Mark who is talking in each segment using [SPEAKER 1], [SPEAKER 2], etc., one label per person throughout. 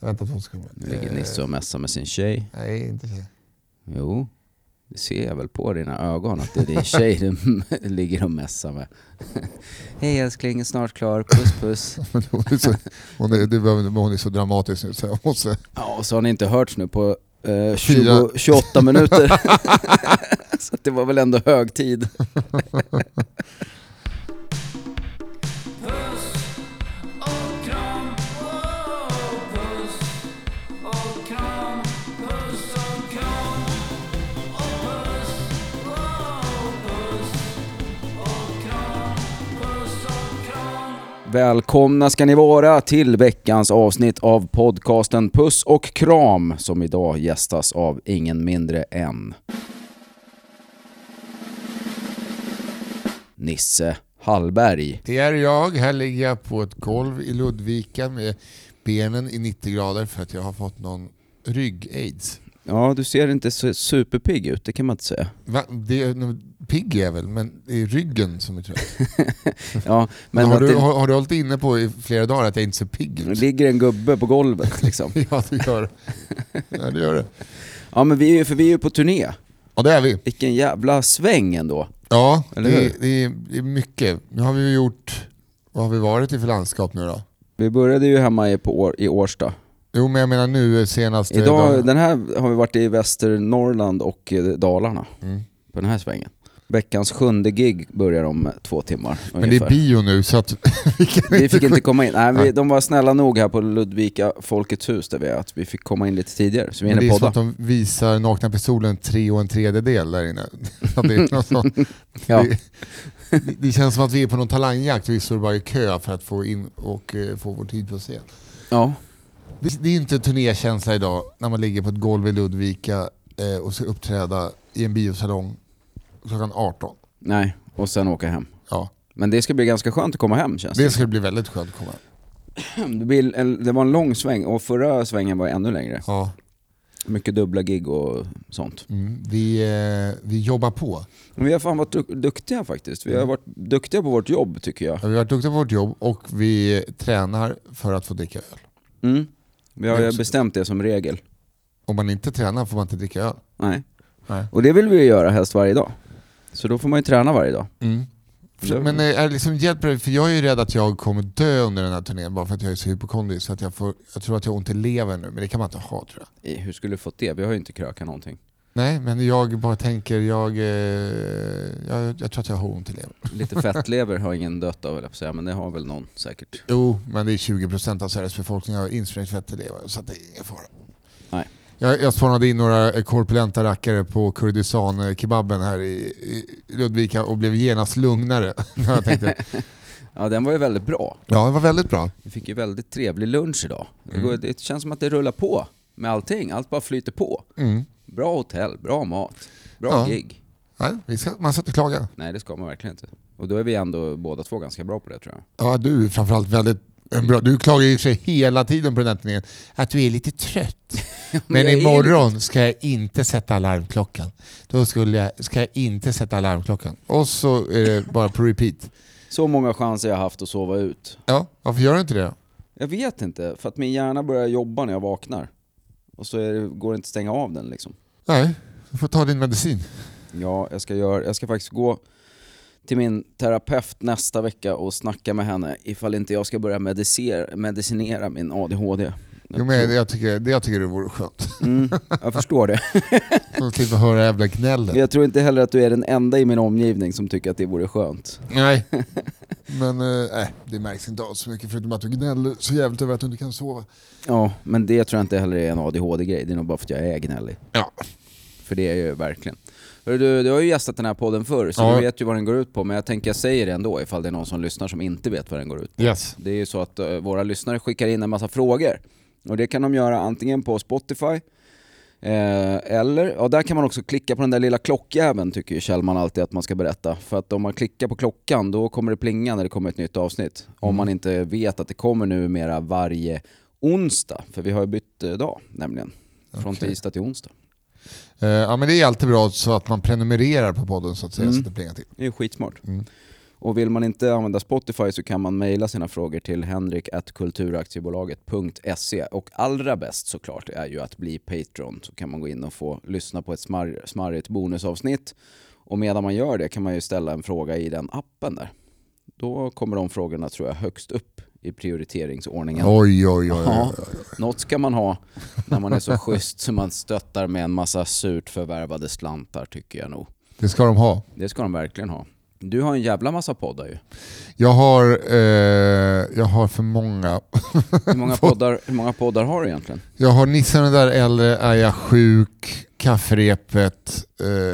[SPEAKER 1] Vänta två sekunder.
[SPEAKER 2] Ligger Nisse och messar med sin tjej?
[SPEAKER 1] Nej, inte tjej.
[SPEAKER 2] Jo, det ser jag väl på dina ögon att det är din tjej du ligger och messar med. Hej älskling, snart klar. Puss puss.
[SPEAKER 1] Men hon är så, hon är, det behöver, men hon är så dramatisk nu så jag måste...
[SPEAKER 2] Ja, och så har ni inte hörts nu på eh, 20,
[SPEAKER 1] Fyra.
[SPEAKER 2] 28 minuter. så att det var väl ändå hög tid. Välkomna ska ni vara till veckans avsnitt av podcasten Puss och kram som idag gästas av ingen mindre än Nisse Hallberg.
[SPEAKER 1] Det är jag. Här ligger jag på ett golv i Ludvika med benen i 90 grader för att jag har fått någon rygg-aids.
[SPEAKER 2] Ja, du ser inte så superpigg ut, det kan man inte säga.
[SPEAKER 1] Va? Det är, pigg är jag väl, men det är ryggen som är trött.
[SPEAKER 2] Ja, men
[SPEAKER 1] Men har,
[SPEAKER 2] att
[SPEAKER 1] du,
[SPEAKER 2] det
[SPEAKER 1] har, har du hållit inne på i flera dagar att jag inte ser pigg ut?
[SPEAKER 2] ligger en gubbe på golvet liksom.
[SPEAKER 1] Ja, det gör det. Ja, det, gör det.
[SPEAKER 2] Ja, men vi är ju, för vi är ju på turné.
[SPEAKER 1] Ja, det är vi.
[SPEAKER 2] Vilken jävla sväng ändå.
[SPEAKER 1] Ja,
[SPEAKER 2] Eller
[SPEAKER 1] det,
[SPEAKER 2] hur?
[SPEAKER 1] det, är, det är mycket. Nu har vi ju gjort... Vad har vi varit i för landskap nu då?
[SPEAKER 2] Vi började ju hemma i, på, Å- i Årsta.
[SPEAKER 1] Jo, men jag menar nu senaste...
[SPEAKER 2] Idag,
[SPEAKER 1] dagarna.
[SPEAKER 2] den här har vi varit i Västernorrland och eh, Dalarna
[SPEAKER 1] Mm.
[SPEAKER 2] på den här svängen. Veckans sjunde gig börjar om eh, två timmar
[SPEAKER 1] Men det
[SPEAKER 2] ungefär.
[SPEAKER 1] är bio nu så att... vi kan
[SPEAKER 2] vi fick inte komma in. Nej, vi,
[SPEAKER 1] Nej.
[SPEAKER 2] de var snälla nog här på Ludvika Folkets hus där vi är, att vi fick komma in lite tidigare. Så vi
[SPEAKER 1] Men det
[SPEAKER 2] hinner
[SPEAKER 1] är som att
[SPEAKER 2] podda.
[SPEAKER 1] de visar Nakna Pistolen tre och en tredjedel där inne. Så det, är något sånt.
[SPEAKER 2] Ja.
[SPEAKER 1] det, det känns som att vi är på någon talangjakt. Vi står bara i kö för att få in och eh, få vår tid på scen.
[SPEAKER 2] Ja.
[SPEAKER 1] Det, det är inte turnékänsla idag när man ligger på ett golv i Ludvika eh, och ska uppträda i en biosalong klockan 18.
[SPEAKER 2] Nej, och sen åka hem.
[SPEAKER 1] Ja,
[SPEAKER 2] Men det ska bli ganska skönt att komma hem känns det.
[SPEAKER 1] det skulle bli väldigt skönt att komma.
[SPEAKER 2] Det, blir en, det var en lång sväng och förra svängen var ännu längre.
[SPEAKER 1] Ja.
[SPEAKER 2] Mycket dubbla gig och sånt.
[SPEAKER 1] Mm. Vi, eh, vi jobbar på.
[SPEAKER 2] Men vi har fan varit du- duktiga faktiskt.
[SPEAKER 1] Mm.
[SPEAKER 2] Vi har varit duktiga på vårt jobb tycker jag.
[SPEAKER 1] Vi har varit duktiga på vårt jobb och vi tränar för att få dricka öl.
[SPEAKER 2] Mm. Vi har ju bestämt det som regel.
[SPEAKER 1] Om man inte tränar får man inte dricka öl.
[SPEAKER 2] Nej.
[SPEAKER 1] Nej.
[SPEAKER 2] Och det vill vi ju göra helst varje dag. Så då får man ju träna varje dag.
[SPEAKER 1] Mm.
[SPEAKER 2] Det-
[SPEAKER 1] Men eh, är det liksom hjälper det? För jag är ju rädd att jag kommer dö under den här turnén bara för att jag är så hypokondrisk. Så att jag, får, jag tror att jag har ont i levern nu, men det kan man inte ha tror jag.
[SPEAKER 2] Eh, Hur skulle du fått det? Vi har ju inte krökat någonting.
[SPEAKER 1] Nej, men jag bara tänker, jag, eh, jag, jag tror att jag har ont i levern.
[SPEAKER 2] Lite fettlever har ingen dött av, höll jag på att säga, men det har väl någon säkert.
[SPEAKER 1] Jo, men det är 20% av Sveriges befolkning har insprängt fett i levern, så att det är ingen fara.
[SPEAKER 2] Nej.
[SPEAKER 1] Jag, jag spånade in några eh, korpulenta rackare på Kurdistan-kebaben här i, i Ludvika och blev genast lugnare. jag tänkte,
[SPEAKER 2] Ja, den var ju väldigt bra.
[SPEAKER 1] ja, det var väldigt bra.
[SPEAKER 2] Vi fick ju väldigt trevlig lunch idag. Det, går, det känns som att det rullar på med allting. Allt bara flyter på.
[SPEAKER 1] Mm.
[SPEAKER 2] Bra hotell, bra mat, bra
[SPEAKER 1] Ja.
[SPEAKER 2] gig.
[SPEAKER 1] Nej, vi ska, man ska inte klaga.
[SPEAKER 2] Nej, det ska man verkligen inte. Och då är vi ändå båda två ganska bra på det tror jag.
[SPEAKER 1] Ja, du är framförallt väldigt eh, bra. Du klagar ju sig hela tiden på den här turnén att du är lite trött. Men
[SPEAKER 2] jag är
[SPEAKER 1] imorgon ska jag inte sätta alarmklockan. Då skulle jag, ska jag inte sätta alarmklockan. Och så är det bara på repeat.
[SPEAKER 2] Så många chanser jag haft att sova ut.
[SPEAKER 1] Ja, varför gör du inte det?
[SPEAKER 2] Jag vet inte, för att min hjärna börjar jobba när jag vaknar. Och så är det, går det inte att stänga av den liksom.
[SPEAKER 1] Nej, du får ta din medicin.
[SPEAKER 2] Ja, jag ska, göra, jag ska faktiskt gå till min terapeut nästa vecka och snacka med henne ifall inte jag ska börja medicer, medicinera min ADHD.
[SPEAKER 1] Jo, men jag, jag tycker, det jag tycker det vore skönt.
[SPEAKER 2] Mm, jag förstår det.
[SPEAKER 1] Så slipper höra jävla
[SPEAKER 2] Men
[SPEAKER 1] gnället.
[SPEAKER 2] Jag tror inte heller att du är den enda i min omgivning som tycker att det vore skönt.
[SPEAKER 1] Nej. Men eh, nej, det märks inte alls så mycket förutom att du gnäller så jävligt över att du inte kan sova.
[SPEAKER 2] Ja, men det tror jag inte heller är en ADHD-grej. Det är nog bara för att jag är gnällig.
[SPEAKER 1] Ja.
[SPEAKER 2] För det är jag ju verkligen. Hörru, du, du har ju gästat den här podden förr, så
[SPEAKER 1] Ja.
[SPEAKER 2] du vet ju vad den går ut på. Men jag tänker jag säger det ändå ifall det är någon som lyssnar som inte vet vad den går ut på.
[SPEAKER 1] Yes.
[SPEAKER 2] Det är ju så att eh, våra lyssnare skickar in en massa frågor. Och det kan de göra antingen på Spotify, eh, eller, ja där kan man också klicka på den där lilla klockjäveln tycker ju Kjellman alltid att man ska berätta. För att om man klickar på klockan då kommer det plinga när det kommer ett nytt avsnitt. Om man inte vet att det kommer numera varje onsdag, för vi har ju bytt eh, dag nämligen. Från
[SPEAKER 1] Okej.
[SPEAKER 2] tisdag till onsdag.
[SPEAKER 1] Eh, Mm. Ja men det är alltid bra så att man prenumererar på podden så att säga, så att det plingar till.
[SPEAKER 2] Det är ju skitsmart.
[SPEAKER 1] Mm.
[SPEAKER 2] Och vill man inte använda Spotify så kan man mejla sina frågor till henrik.kulturaktiebolaget.se. Och allra bäst såklart är ju att bli Patreon. Så kan man gå in och få lyssna på ett smar- smarrigt bonusavsnitt. Och medan man gör det kan man ju ställa en fråga i den appen där. Då kommer de frågorna tror jag högst upp i prioriteringsordningen.
[SPEAKER 1] Oj, oj, oj. oj.
[SPEAKER 2] Ja, något ska man ha när man är så schysst så man stöttar med en massa surt förvärvade slantar tycker jag nog.
[SPEAKER 1] Det ska de ha.
[SPEAKER 2] Det ska de verkligen ha. Du har en jävla massa poddar ju.
[SPEAKER 1] Jag har, eh, jag har för många.
[SPEAKER 2] Hur många poddar, hur många poddar har du egentligen?
[SPEAKER 1] Jag har Nissarna där äldre, Är jag sjuk, Kafferepet,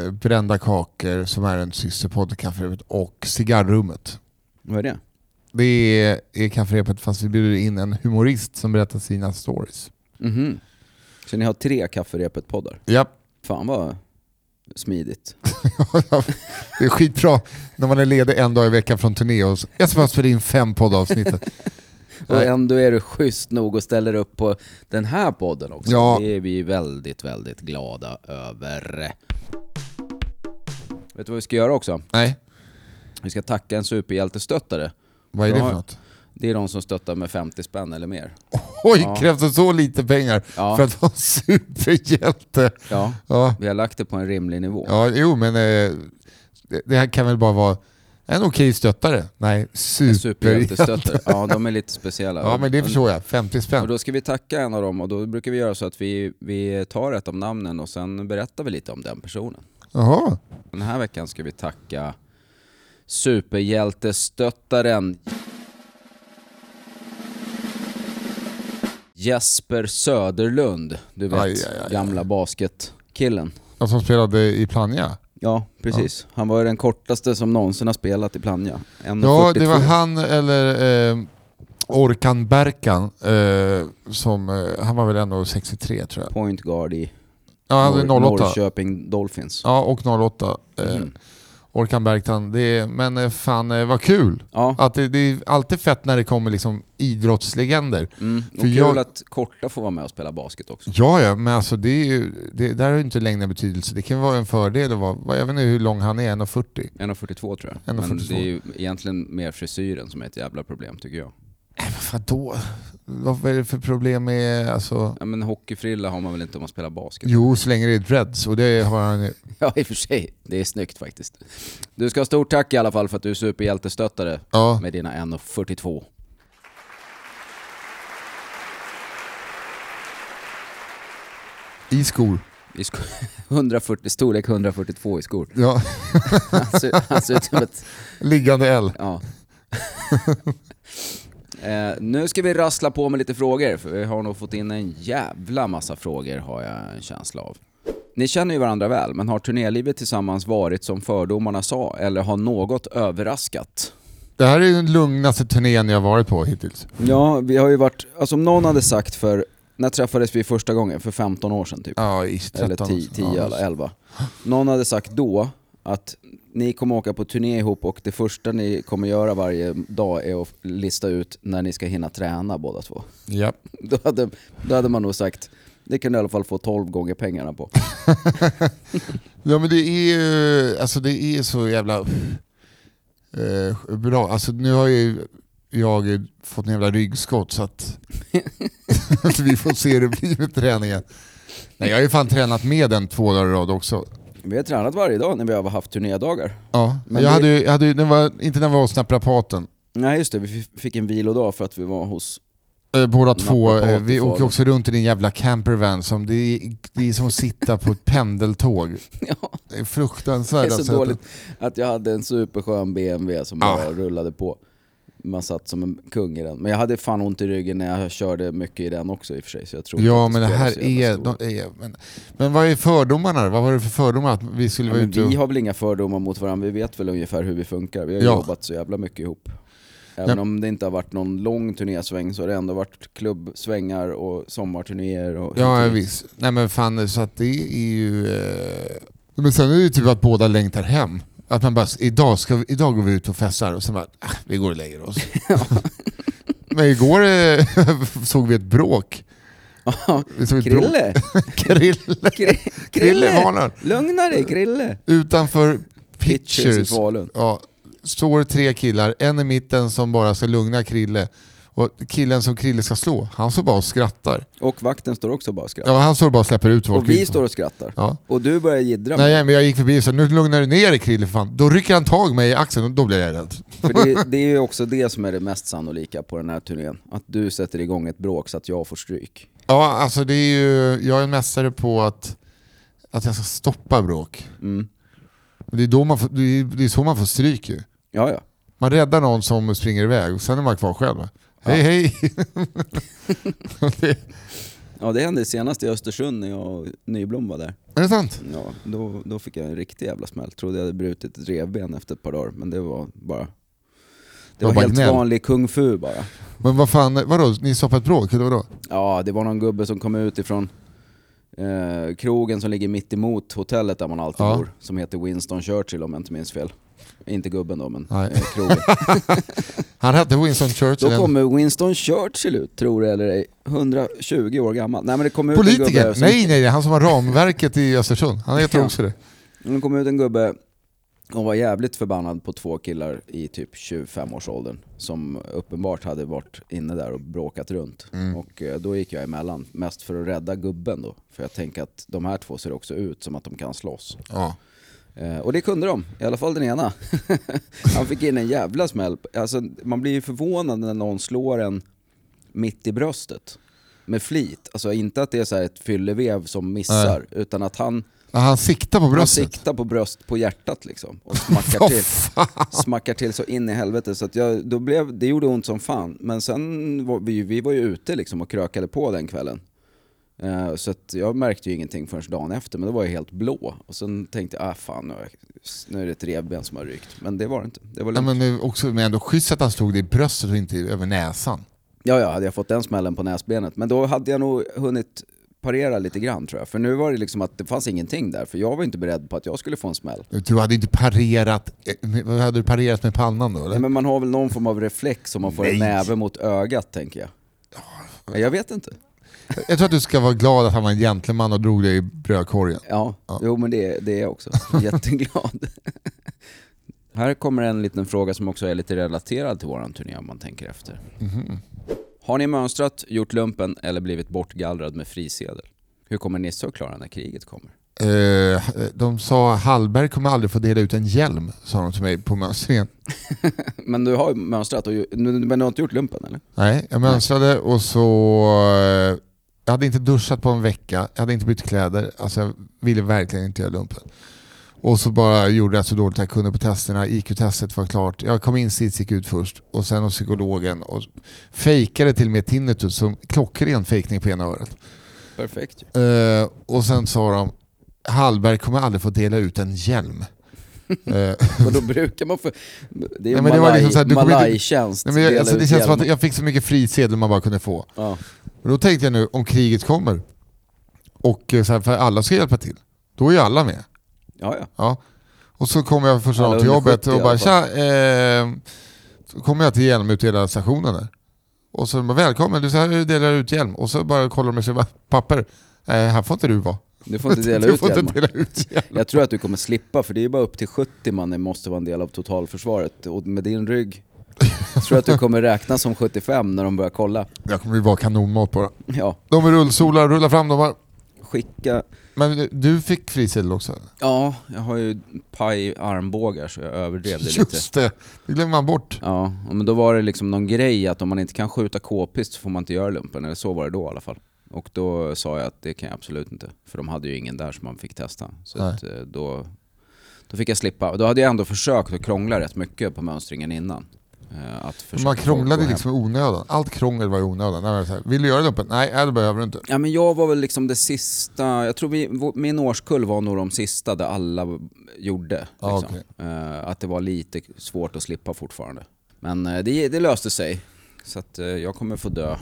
[SPEAKER 1] eh, Brända kakor som är en systerpodd till Kafferepet och Cigarrummet.
[SPEAKER 2] Vad är det?
[SPEAKER 1] Det är, är Kafferepet fast vi bjuder in en humorist som berättar sina stories.
[SPEAKER 2] Mhm. Så ni har tre Kafferepet-poddar?
[SPEAKER 1] Ja,
[SPEAKER 2] Fan vad smidigt.
[SPEAKER 1] det är skitbra när man är ledig en dag i veckan från turné och så, jag ska bara spela in fem poddavsnitt.
[SPEAKER 2] Och ändå är du schysst nog och ställer upp på den här podden också.
[SPEAKER 1] Ja.
[SPEAKER 2] Det är vi väldigt, väldigt glada över. Vet du vad vi ska göra också?
[SPEAKER 1] Nej,
[SPEAKER 2] Vi ska tacka en superhjältestöttare.
[SPEAKER 1] vad är det
[SPEAKER 2] Ja.
[SPEAKER 1] för något?
[SPEAKER 2] Det är de som stöttar med 50 spänn eller mer.
[SPEAKER 1] Oj,
[SPEAKER 2] Ja.
[SPEAKER 1] krävs det så lite pengar
[SPEAKER 2] Ja.
[SPEAKER 1] för att vara superhjälte?
[SPEAKER 2] Ja,
[SPEAKER 1] Ja,
[SPEAKER 2] vi har lagt det på en rimlig nivå.
[SPEAKER 1] ja jo men eh, det- det här kan väl bara vara en okej stöttare? Nej, superhjälte.
[SPEAKER 2] Superhjältestöttare. Ja, de är lite speciella.
[SPEAKER 1] Ja men det
[SPEAKER 2] Och-
[SPEAKER 1] förstår jag, 50
[SPEAKER 2] Och
[SPEAKER 1] spänn.
[SPEAKER 2] då ska vi tacka en av dem och då brukar vi göra så att vi, vi tar ett av namnen och sen berättar vi lite om den personen.
[SPEAKER 1] Jaha,
[SPEAKER 2] Den här veckan ska vi tacka superhjältestöttaren Jesper Söderlund, du vet
[SPEAKER 1] Aj, aj, aj.
[SPEAKER 2] gamla basketkillen.
[SPEAKER 1] de som spelade i Plannja?
[SPEAKER 2] Ja, precis. Han var ju den kortaste som någonsin har spelat i Plannja. 1,42.
[SPEAKER 1] Ja, det var han eller eh, Orkan Berkan. Eh, som, eh, han var väl ändå 63 tror jag.
[SPEAKER 2] Point guard i
[SPEAKER 1] Ja, han
[SPEAKER 2] Nor-
[SPEAKER 1] hade 08.
[SPEAKER 2] Norrköping Dolphins.
[SPEAKER 1] Ja, och 08. Eh,
[SPEAKER 2] Mm.
[SPEAKER 1] Orkan Berkan. Det, är- men eh, fan eh, vad kul!
[SPEAKER 2] Ja,
[SPEAKER 1] Att det, det är alltid fett när det kommer liksom idrottslegender.
[SPEAKER 2] mm.
[SPEAKER 1] för
[SPEAKER 2] och kul
[SPEAKER 1] jag-
[SPEAKER 2] att korta får vara med och spela basket också.
[SPEAKER 1] Ja, ja, men alltså det är ju, det, där har ju inte längden betydelse. Det kan vara en fördel att vara, jag vet inte hur lång han är, 1,40?
[SPEAKER 2] 1,42 tror jag.
[SPEAKER 1] 1,42.
[SPEAKER 2] Men det är ju egentligen mer frisyren som är ett jävla problem tycker jag.
[SPEAKER 1] Nej, men vadå? Vad är det för problem med, alltså...
[SPEAKER 2] Ja, men hockeyfrilla har man väl inte om man spelar basket?
[SPEAKER 1] Jo, så länge det är dreads och det har han ju-
[SPEAKER 2] Ja, i och för sig. Det är snyggt faktiskt. Du ska ha stort tack i alla fall för att du är superhjältestöttare
[SPEAKER 1] Ja.
[SPEAKER 2] med dina 1,42.
[SPEAKER 1] I skor.
[SPEAKER 2] I sko- 140, storlek 142 i skor.
[SPEAKER 1] Ja.
[SPEAKER 2] Han ser, han ser ut som ett...
[SPEAKER 1] Liggande L.
[SPEAKER 2] Ja. Eh, nu ska vi rassla på med lite frågor, för vi har nog fått in en jävla massa frågor har jag en känsla av. Ni känner ju varandra väl, men har turnélivet tillsammans varit som fördomarna sa, eller har något överraskat?
[SPEAKER 1] Det här är ju den lugnaste turnén jag har varit på hittills.
[SPEAKER 2] Ja, vi har ju varit, alltså om någon hade sagt för, när träffades vi första gången? För 15 år sedan typ.
[SPEAKER 1] Ja, i 13.
[SPEAKER 2] eller 10
[SPEAKER 1] ja,
[SPEAKER 2] eller 11. Någon hade sagt då att ni kommer åka på turné ihop och det första ni kommer göra varje dag är att lista ut när ni ska hinna träna båda två.
[SPEAKER 1] Ja.
[SPEAKER 2] Då hade, då hade man nog sagt, det kan du i alla fall få 12 gånger pengarna på.
[SPEAKER 1] ja, men det är ju alltså det är så jävla eh, bra. Alltså nu har ju jag ju fått en jävla ryggskott så att, att vi får se hur det blir med träningen. Nej, jag har ju fan tränat med den två dagar i rad också.
[SPEAKER 2] Vi har tränat varje dag när vi har haft turnédagar.
[SPEAKER 1] Ja, men
[SPEAKER 2] Men
[SPEAKER 1] jag
[SPEAKER 2] det-
[SPEAKER 1] hade ju, jag hade ju, den var, inte när vi var hos naprapaten.
[SPEAKER 2] Nej just det, vi f- fick en vilodag för att vi var hos...
[SPEAKER 1] Eh, Båda två,
[SPEAKER 2] Naprapat
[SPEAKER 1] eh, vi
[SPEAKER 2] i
[SPEAKER 1] åker
[SPEAKER 2] Falun.
[SPEAKER 1] också runt i din jävla campervan. Som det, är, det är som att sitta på ett pendeltåg.
[SPEAKER 2] Ja,
[SPEAKER 1] Det är
[SPEAKER 2] det
[SPEAKER 1] fruktansvärt.
[SPEAKER 2] är
[SPEAKER 1] alltså.
[SPEAKER 2] så dåligt att jag hade en superskön BMW som
[SPEAKER 1] Ja.
[SPEAKER 2] bara rullade på. Man satt som en kung i den. Men jag hade fan ont i ryggen när jag körde mycket i den också i och för sig. Så jag tror
[SPEAKER 1] Ja
[SPEAKER 2] inte
[SPEAKER 1] men det
[SPEAKER 2] att spelar
[SPEAKER 1] här
[SPEAKER 2] så jävla
[SPEAKER 1] är...
[SPEAKER 2] stor
[SPEAKER 1] De är men, men vad är fördomarna då? Vad var det för fördomar att vi skulle
[SPEAKER 2] Ja,
[SPEAKER 1] vara
[SPEAKER 2] men
[SPEAKER 1] ute och...
[SPEAKER 2] vi har väl inga fördomar mot varandra, vi vet väl ungefär hur vi funkar. Vi har
[SPEAKER 1] Ja.
[SPEAKER 2] jobbat så jävla mycket ihop. Även
[SPEAKER 1] Ja.
[SPEAKER 2] om det inte har varit någon lång turnésväng så har det ändå varit klubbsvängar och sommarturnéer och
[SPEAKER 1] Ja
[SPEAKER 2] hit och dit.
[SPEAKER 1] visst. Nej men fan så att det är ju... Eh... Men sen är det ju typ att båda längtar hem. Att man bara, idag, ska vi, idag går vi ut och festar och sen bara, ah, vi går och lägger oss. men igår eh, såg vi ett bråk.
[SPEAKER 2] Ja,
[SPEAKER 1] Vi såg ett bråk.
[SPEAKER 2] Krille!
[SPEAKER 1] Krille!
[SPEAKER 2] Kri-
[SPEAKER 1] Krille
[SPEAKER 2] Krille!
[SPEAKER 1] varnar.
[SPEAKER 2] Lugna dig Krille!
[SPEAKER 1] Utanför
[SPEAKER 2] Pitchers i
[SPEAKER 1] Pictures.
[SPEAKER 2] Falun.
[SPEAKER 1] Ja, står tre killar, en i mitten som bara ska lugna Krille. Och killen som Krille ska slå, han står bara och skrattar.
[SPEAKER 2] Och vakten står också bara och skrattar.
[SPEAKER 1] Ja, han står bara och släpper ut folk. Liksom.
[SPEAKER 2] och vi står och skrattar.
[SPEAKER 1] Ja.
[SPEAKER 2] Och du börjar jiddra. med-
[SPEAKER 1] Nej, men jag gick förbi och sa nu lugnar du ner dig Krille för fan. Då rycker han tag mig i axeln och då blir jag rädd.
[SPEAKER 2] För det, det är ju också det som är det mest sannolika på den här turnén. Att du sätter igång ett bråk så att jag får stryk.
[SPEAKER 1] Ja, alltså det är ju, jag är en mästare på att, att jag ska stoppa bråk.
[SPEAKER 2] Mm.
[SPEAKER 1] Och Det är, då man får, det, är, det är så man får stryk ju.
[SPEAKER 2] Ja, ja.
[SPEAKER 1] Man räddar någon som springer iväg och sen är man kvar själv. Hej hej!
[SPEAKER 2] Ja, det hände senast i Östersund när jag och Nyblom var där.
[SPEAKER 1] Är det sant?
[SPEAKER 2] Ja, då, då fick jag en riktig jävla smäll. Trodde jag hade brutit ett revben efter ett par dagar, men det var bara... Det
[SPEAKER 1] var
[SPEAKER 2] var
[SPEAKER 1] bara
[SPEAKER 2] helt
[SPEAKER 1] gnäll.
[SPEAKER 2] vanlig kung-fu bara.
[SPEAKER 1] Men vad fan, vadå? Ni stoppade ett bråk? Eller vadå?
[SPEAKER 2] Ja, det var någon gubbe som kom ut ifrån eh, krogen som ligger mitt emot hotellet där man alltid
[SPEAKER 1] Ja.
[SPEAKER 2] bor, som heter Winston Churchill om jag inte minns fel. Inte gubben då, men
[SPEAKER 1] Nej.
[SPEAKER 2] eh, krogen.
[SPEAKER 1] Han hette Winston Churchill.
[SPEAKER 2] Då kommer Winston Churchill ut, tror det eller ej, 120 år gammal. Nej men det kom ut en
[SPEAKER 1] Politiker?
[SPEAKER 2] gubbe... som-
[SPEAKER 1] Nej, nej, nej, han som har ramverket i Östersund. Han heter
[SPEAKER 2] Ja.
[SPEAKER 1] också det.
[SPEAKER 2] Mm, Det kom ut en gubbe och var jävligt förbannad på två killar i typ 25-årsåldern som uppenbart hade varit inne där och bråkat runt.
[SPEAKER 1] Mm.
[SPEAKER 2] Och eh, då gick jag emellan, mest för att rädda gubben då. För jag tänkte att de här två ser också ut som att de kan slåss.
[SPEAKER 1] Ja.
[SPEAKER 2] Eh, och det kunde de, i alla fall den ena. Han fick in en jävla smäll. Alltså, man blir ju förvånad när någon slår en mitt i bröstet. Med flit. Alltså inte att det är så här ett fyllevev som missar, utan att han,
[SPEAKER 1] Ja, Han siktar på
[SPEAKER 2] han
[SPEAKER 1] bröstet.
[SPEAKER 2] siktar på bröst på hjärtat liksom. Och smackar
[SPEAKER 1] Vad
[SPEAKER 2] till. Smackar till så in i helvete. Så att jag, då blev, det gjorde ont som fan. Men sen var vi, vi var ju ute liksom och krökade på den kvällen. Eh, Så att jag märkte ju ingenting förrän dagen efter, men då var jag helt blå. Och sen tänkte jag, ah fan nu, har jag- nu är det ett revben som har rykt. Men det var det inte. Det var
[SPEAKER 1] Ja,
[SPEAKER 2] lugnt.
[SPEAKER 1] men, det är också, men ändå schysst att han slog det i bröstet och inte över näsan.
[SPEAKER 2] Ja, ja, hade jag fått den smällen på näsbenet. Men då hade jag nog hunnit parera lite grann tror jag. För nu var det liksom att det fanns ingenting där, för jag var inte beredd på att jag skulle få en smäll.
[SPEAKER 1] Du hade inte parerat, eh, vad hade du parerat med pannan då? Eller?
[SPEAKER 2] Nej, men man har väl någon form av reflex om man får en
[SPEAKER 1] Nej.
[SPEAKER 2] näve mot ögat tänker jag. Ja, Jag vet inte.
[SPEAKER 1] Jag tror att du ska vara glad att han var en gentleman och drog dig i brödkorgen.
[SPEAKER 2] Ja, jo men det, det är jag också. Jätteglad. Här kommer en liten fråga som också är lite relaterad till våran turné om man tänker efter. Har ni mönstrat, gjort lumpen eller blivit bortgallrad med frisedel? Hur kommer Nisse att klara när kriget kommer?
[SPEAKER 1] Eh, De sa Hallberg kommer aldrig få dela ut en hjälm, sa de till mig på mönstringen.
[SPEAKER 2] Men du har ju mönstrat, och, ju- nu- men du har inte gjort lumpen eller?
[SPEAKER 1] Nej, jag mönstrade och så... eh, Jag hade inte duschat på en vecka, jag hade inte bytt kläder. Alltså jag ville verkligen inte göra lumpen. Och så bara gjorde jag så dåligt jag kunde på testerna. IQ-testet var klart. Jag kom in sist, gick ut först. Och sen hos psykologen. Och fejkade till och med tinnitus som klockren fejkning på ena örat.
[SPEAKER 2] Perfekt ju.
[SPEAKER 1] Eh, och sen sa de, Hallberg kommer aldrig få dela ut en hjälm. Eh,
[SPEAKER 2] Och då brukar man få... Det är
[SPEAKER 1] Nej,
[SPEAKER 2] ju
[SPEAKER 1] men det var
[SPEAKER 2] malaj,
[SPEAKER 1] liksom så här, du kommer inte-
[SPEAKER 2] malajtjänst.
[SPEAKER 1] Nej, men jag,
[SPEAKER 2] dela
[SPEAKER 1] alltså, det
[SPEAKER 2] ut
[SPEAKER 1] känns som att
[SPEAKER 2] hjälmen.
[SPEAKER 1] jag fick så mycket frisedel man bara kunde få.
[SPEAKER 2] Ja.
[SPEAKER 1] Och då tänkte jag nu, om kriget kommer och eh, så här, för alla ska hjälpa till, då är ju alla med.
[SPEAKER 2] ja, ja.
[SPEAKER 1] Ja. Och så kommer jag första
[SPEAKER 2] Alla
[SPEAKER 1] dagen till
[SPEAKER 2] under
[SPEAKER 1] jobbet
[SPEAKER 2] 70 i
[SPEAKER 1] och bara
[SPEAKER 2] alla fall.
[SPEAKER 1] tja, eh, så kommer jag till hjälmutdelaren stationen där. Och så bara välkommen, du så här delar ut hjälm. Och så bara kollar de med sig bara, papper, eh, här får inte du vara.
[SPEAKER 2] Du får inte dela
[SPEAKER 1] du
[SPEAKER 2] ut
[SPEAKER 1] får
[SPEAKER 2] hjälmen.
[SPEAKER 1] inte dela ut hjälm.
[SPEAKER 2] Jag tror att du kommer slippa, för det är ju bara upp till 70 man måste vara en del av totalförsvaret. Och med din rygg jag tror jag att du kommer räknas som 75 när de börjar kolla.
[SPEAKER 1] Jag kommer ju vara kanonmat på det.
[SPEAKER 2] Ja,
[SPEAKER 1] De med rullsolar, rulla fram dem här.
[SPEAKER 2] skicka...
[SPEAKER 1] Men du fick frisedel också?
[SPEAKER 2] Ja, jag har ju paj armbågar så jag överdrev det lite.
[SPEAKER 1] Just det, det glömmer man bort.
[SPEAKER 2] Ja, och men då var det liksom någon grej att om man inte kan skjuta k-pist så får man inte göra lumpen. Eller så var det då i alla fall. Och då sa jag att det kan jag absolut inte. För de hade ju ingen där som man fick testa. Så
[SPEAKER 1] Nej.
[SPEAKER 2] att, eh, då, då fick jag slippa. Och Då hade jag ändå försökt att krångla rätt mycket på mönstringen innan. Eh, Att försöka
[SPEAKER 1] Man
[SPEAKER 2] få
[SPEAKER 1] krånglade
[SPEAKER 2] gå hem.
[SPEAKER 1] liksom i onödan. Allt krångel var i onödan. Nej, men så här, Vill du göra lumpen? Nej, nej, det behöver du inte.
[SPEAKER 2] Ja, men jag var väl liksom det sista, jag tror vi, vår- min årskull var nog de sista där alla gjorde. Liksom.
[SPEAKER 1] Ja,
[SPEAKER 2] Eh, att det var lite svårt att slippa fortfarande. Men eh, det, det löste sig. Så att, eh, jag kommer få dö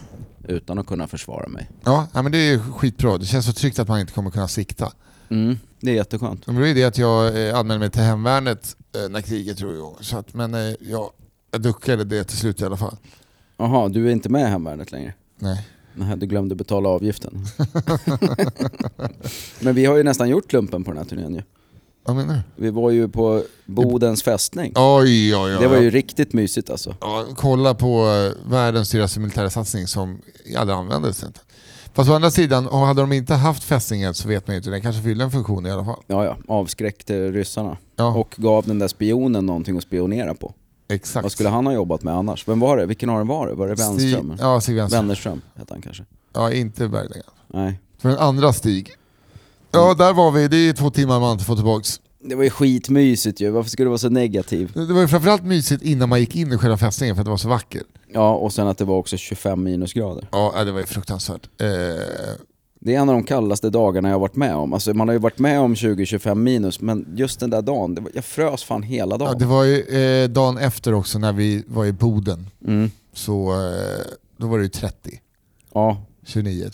[SPEAKER 2] utan att kunna försvara mig.
[SPEAKER 1] Ja, nej, men det är ju skitbra. Det känns så tryggt att man inte kommer kunna sikta.
[SPEAKER 2] Mm, det är jätteskönt.
[SPEAKER 1] Men det är det att jag eh, anmälde mig till hemvärnet eh, när kriget drog igång. Så att, men eh, jag, jag duckade det till slut i alla fall.
[SPEAKER 2] Jaha, du är inte med i Hemvärnet längre?
[SPEAKER 1] Nej.
[SPEAKER 2] Nej, du glömde betala avgiften. men vi har ju nästan gjort lumpen på den här turnén ju.
[SPEAKER 1] Vad menar du?
[SPEAKER 2] Vi var ju på Bodens fästning.
[SPEAKER 1] Oj, oj, oj.
[SPEAKER 2] Det var ju riktigt mysigt alltså.
[SPEAKER 1] ja, kolla på eh, världens dyraste militärsatsning som aldrig användes. Inte. Fast å andra sidan, och hade de inte haft fästningen så vet man ju inte, den kanske fyllde en funktion i alla fall.
[SPEAKER 2] Ja, ja. Avskräckte ryssarna.
[SPEAKER 1] Ja,
[SPEAKER 2] Och gav den där spionen någonting att spionera på.
[SPEAKER 1] exakt.
[SPEAKER 2] Vad skulle han ha jobbat med annars? Vem var det? Vilken av dem var det? Var det Wenström?
[SPEAKER 1] Stig, ja, Stig Wenström.
[SPEAKER 2] Wennerström hette han kanske.
[SPEAKER 1] Ja, inte Berglingen.
[SPEAKER 2] Nej.
[SPEAKER 1] För den andra Stig. Ja, där var vi. Det är två timmar man inte får tillbaks.
[SPEAKER 2] Det var ju skitmysigt ju. Varför skulle du vara så negativ?
[SPEAKER 1] Det var ju framförallt mysigt innan man gick in i själva fästningen för att det var så vackert.
[SPEAKER 2] Ja, och sen att det var också 25 minusgrader.
[SPEAKER 1] Ja, ja, det var ju fruktansvärt. Eh,
[SPEAKER 2] Det är en av de kallaste dagarna jag har varit med om. Alltså man har ju varit med om 20-25 minus, men just den där dagen, det var, jag frös fan hela
[SPEAKER 1] ja,
[SPEAKER 2] dagen.
[SPEAKER 1] det var ju eh, dagen efter också när vi var i Boden.
[SPEAKER 2] Mm.
[SPEAKER 1] Så eh, då var det ju 30,
[SPEAKER 2] Ja,
[SPEAKER 1] 29 tror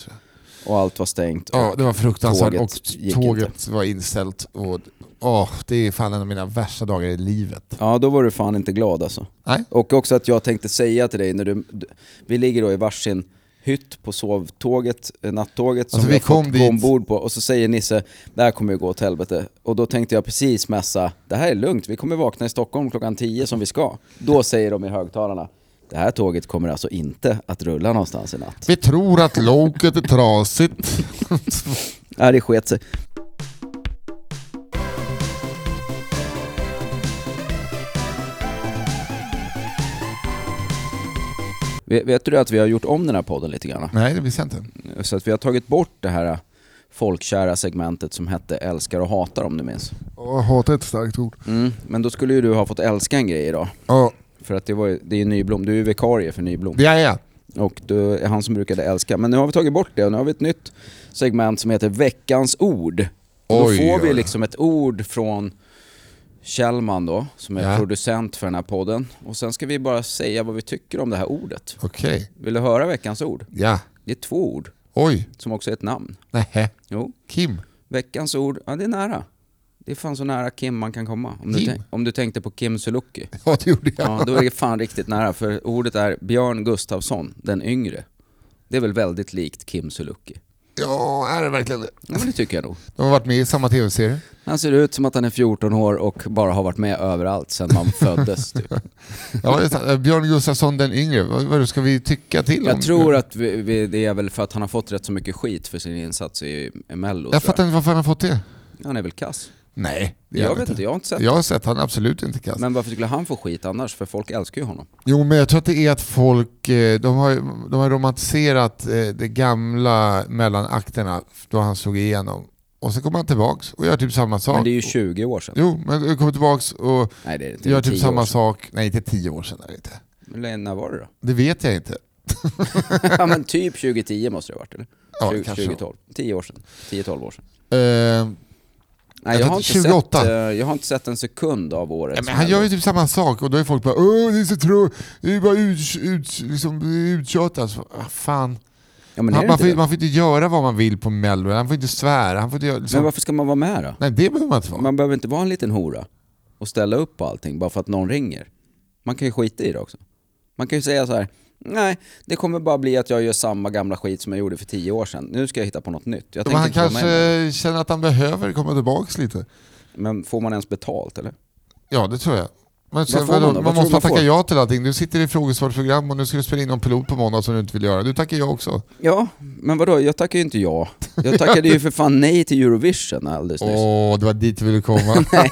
[SPEAKER 1] jag.
[SPEAKER 2] och allt var stängt.
[SPEAKER 1] Ja, det var fruktansvärt
[SPEAKER 2] Tåget
[SPEAKER 1] och
[SPEAKER 2] gick
[SPEAKER 1] tåget var inställt. Och, åh, det är fan en av mina värsta dagar i livet.
[SPEAKER 2] Ja, då var du fan inte glad alltså.
[SPEAKER 1] Nej.
[SPEAKER 2] Och också att jag tänkte säga till dig, när du, du, vi ligger då i varsin hytt på sovtåget, eh, nattåget som
[SPEAKER 1] Alltså,
[SPEAKER 2] vi
[SPEAKER 1] vi
[SPEAKER 2] har
[SPEAKER 1] kom
[SPEAKER 2] fått gå
[SPEAKER 1] dit.
[SPEAKER 2] ombord på och så säger Nisse, det här kommer ju gå åt helvete. Och då tänkte jag precis mässa, det här är lugnt, vi kommer vakna i Stockholm klockan 10 som vi ska. Då säger de i högtalarna, det här tåget kommer alltså inte att rulla någonstans i natt.
[SPEAKER 1] Vi tror att loket är trasigt.
[SPEAKER 2] Nej, det sket sig. Vet vet du att vi har gjort om den här podden lite grann?
[SPEAKER 1] Nej, det visste jag inte.
[SPEAKER 2] Så att vi har tagit bort det här äh, folkkära segmentet som hette älskar och hatar om du minns.
[SPEAKER 1] Åh, Hata är ett starkt ord.
[SPEAKER 2] Men då skulle ju du ha fått älska en grej idag.
[SPEAKER 1] Ja,
[SPEAKER 2] För att det, var, ju- det är ju Nyblom, du är ju vikarie för Nyblom.
[SPEAKER 1] det är jag.
[SPEAKER 2] Och du är han som brukade älska. Men nu har vi tagit bort det och nu har vi ett nytt segment som heter veckans ord. Och då
[SPEAKER 1] Oj,
[SPEAKER 2] får vi
[SPEAKER 1] oj.
[SPEAKER 2] liksom ett ord från Kjellman då, som är
[SPEAKER 1] Ja.
[SPEAKER 2] producent för den här podden. Och sen ska vi bara säga vad vi tycker om det här ordet.
[SPEAKER 1] Okej,
[SPEAKER 2] Vill du höra veckans ord?
[SPEAKER 1] ja.
[SPEAKER 2] Det är två ord
[SPEAKER 1] Oj,
[SPEAKER 2] som också är ett namn.
[SPEAKER 1] nähä.
[SPEAKER 2] Jo,
[SPEAKER 1] Kim.
[SPEAKER 2] Veckans ord, ja det är nära. Det är fan så nära Kim man kan komma. Om, du,
[SPEAKER 1] Kim?
[SPEAKER 2] tänk, om du tänkte på Kim Sulocki.
[SPEAKER 1] Ja, det gjorde jag.
[SPEAKER 2] Ja, då är det fan riktigt nära. För ordet är Björn Gustafsson, den yngre. Det är väl väldigt likt Kim Sulocki?
[SPEAKER 1] Ja, är det verkligen det?
[SPEAKER 2] Ja, men det tycker jag nog.
[SPEAKER 1] De har varit med i samma tv-serie.
[SPEAKER 2] Han ser ut som att han är 14 år och bara har varit med överallt sedan man föddes. Typ.
[SPEAKER 1] Ja, det är sant. Eh, Björn Gustafsson den yngre, vad, vad ska vi tycka till om?
[SPEAKER 2] Jag tror att vi, vi, det är väl för att han har fått rätt så mycket skit för sin insats i i Mello. tror
[SPEAKER 1] Jag fattar inte varför han har fått det.
[SPEAKER 2] Han är väl kass?
[SPEAKER 1] Nej, det gör
[SPEAKER 2] Jag
[SPEAKER 1] han
[SPEAKER 2] vet inte, jag har inte sett
[SPEAKER 1] Jag har sett han är absolut inte kass.
[SPEAKER 2] Men varför skulle han få skit annars? För folk älskar ju honom.
[SPEAKER 1] Jo, men jag tror att det är att folk, eh, de har, de har romantiserat eh, de gamla mellanakterna då han slog igenom. Och så kommer han tillbaks och gör typ samma sak.
[SPEAKER 2] Men det är ju 20 år sedan.
[SPEAKER 1] Jo, men jag kommer tillbaks och
[SPEAKER 2] Nej det är det inte. Det är
[SPEAKER 1] gör typ
[SPEAKER 2] 10
[SPEAKER 1] samma
[SPEAKER 2] år sedan.
[SPEAKER 1] sak. Nej, inte tio år sedan är det inte.
[SPEAKER 2] Eller när var det då?
[SPEAKER 1] Det vet jag inte.
[SPEAKER 2] ja men typ 2010 måste det ha varit eller?
[SPEAKER 1] Ja,
[SPEAKER 2] 20,
[SPEAKER 1] kanske.
[SPEAKER 2] 2012. 10 år sedan. 10-12 år sedan.
[SPEAKER 1] Eh,
[SPEAKER 2] Nej, jag,
[SPEAKER 1] Jag
[SPEAKER 2] har inte
[SPEAKER 1] tänkte 28.
[SPEAKER 2] Sett, eh, jag har inte sett en sekund av året.
[SPEAKER 1] Ja, men
[SPEAKER 2] som
[SPEAKER 1] han
[SPEAKER 2] hände.
[SPEAKER 1] gör ju typ samma sak och då är folk bara Åh, det är så trå... Det är bara ut, ut, liksom, uttjatat. Alltså, ah, fan.
[SPEAKER 2] ja, men, är
[SPEAKER 1] han,
[SPEAKER 2] det
[SPEAKER 1] man,
[SPEAKER 2] inte
[SPEAKER 1] får,
[SPEAKER 2] det?
[SPEAKER 1] man får inte göra vad man vill på Mello. Han får inte svära. Han får inte göra, liksom.
[SPEAKER 2] men varför ska man vara med då?
[SPEAKER 1] Nej, det behöver man inte vara.
[SPEAKER 2] Man behöver inte vara en liten hora och ställa upp på allting bara för att någon ringer. Man kan ju skita i det också. Man kan ju säga så här. Nej, det kommer bara bli att jag gör samma gamla skit som jag gjorde för 10 år sedan. Nu ska jag hitta på något nytt. Jag
[SPEAKER 1] Men
[SPEAKER 2] tänker
[SPEAKER 1] han
[SPEAKER 2] inte vara med i det.
[SPEAKER 1] kanske känner att han behöver komma tillbaks lite.
[SPEAKER 2] Men får man ens betalt eller?
[SPEAKER 1] Ja, det tror jag. Men,
[SPEAKER 2] får
[SPEAKER 1] så,
[SPEAKER 2] man då?
[SPEAKER 1] man, man,
[SPEAKER 2] Vad tror du
[SPEAKER 1] måste
[SPEAKER 2] man
[SPEAKER 1] man tacka
[SPEAKER 2] får?
[SPEAKER 1] ja till allting. Du sitter i frågesportprogram och nu ska du spela in någon pilot på måndag som du inte vill göra. Du tackar ja också.
[SPEAKER 2] Ja, men vadå? Jag tackar ju inte ja. Jag tackade ju för fan nej till Eurovision alldeles nyss.
[SPEAKER 1] Åh, det var dit du ville komma.
[SPEAKER 2] Nej,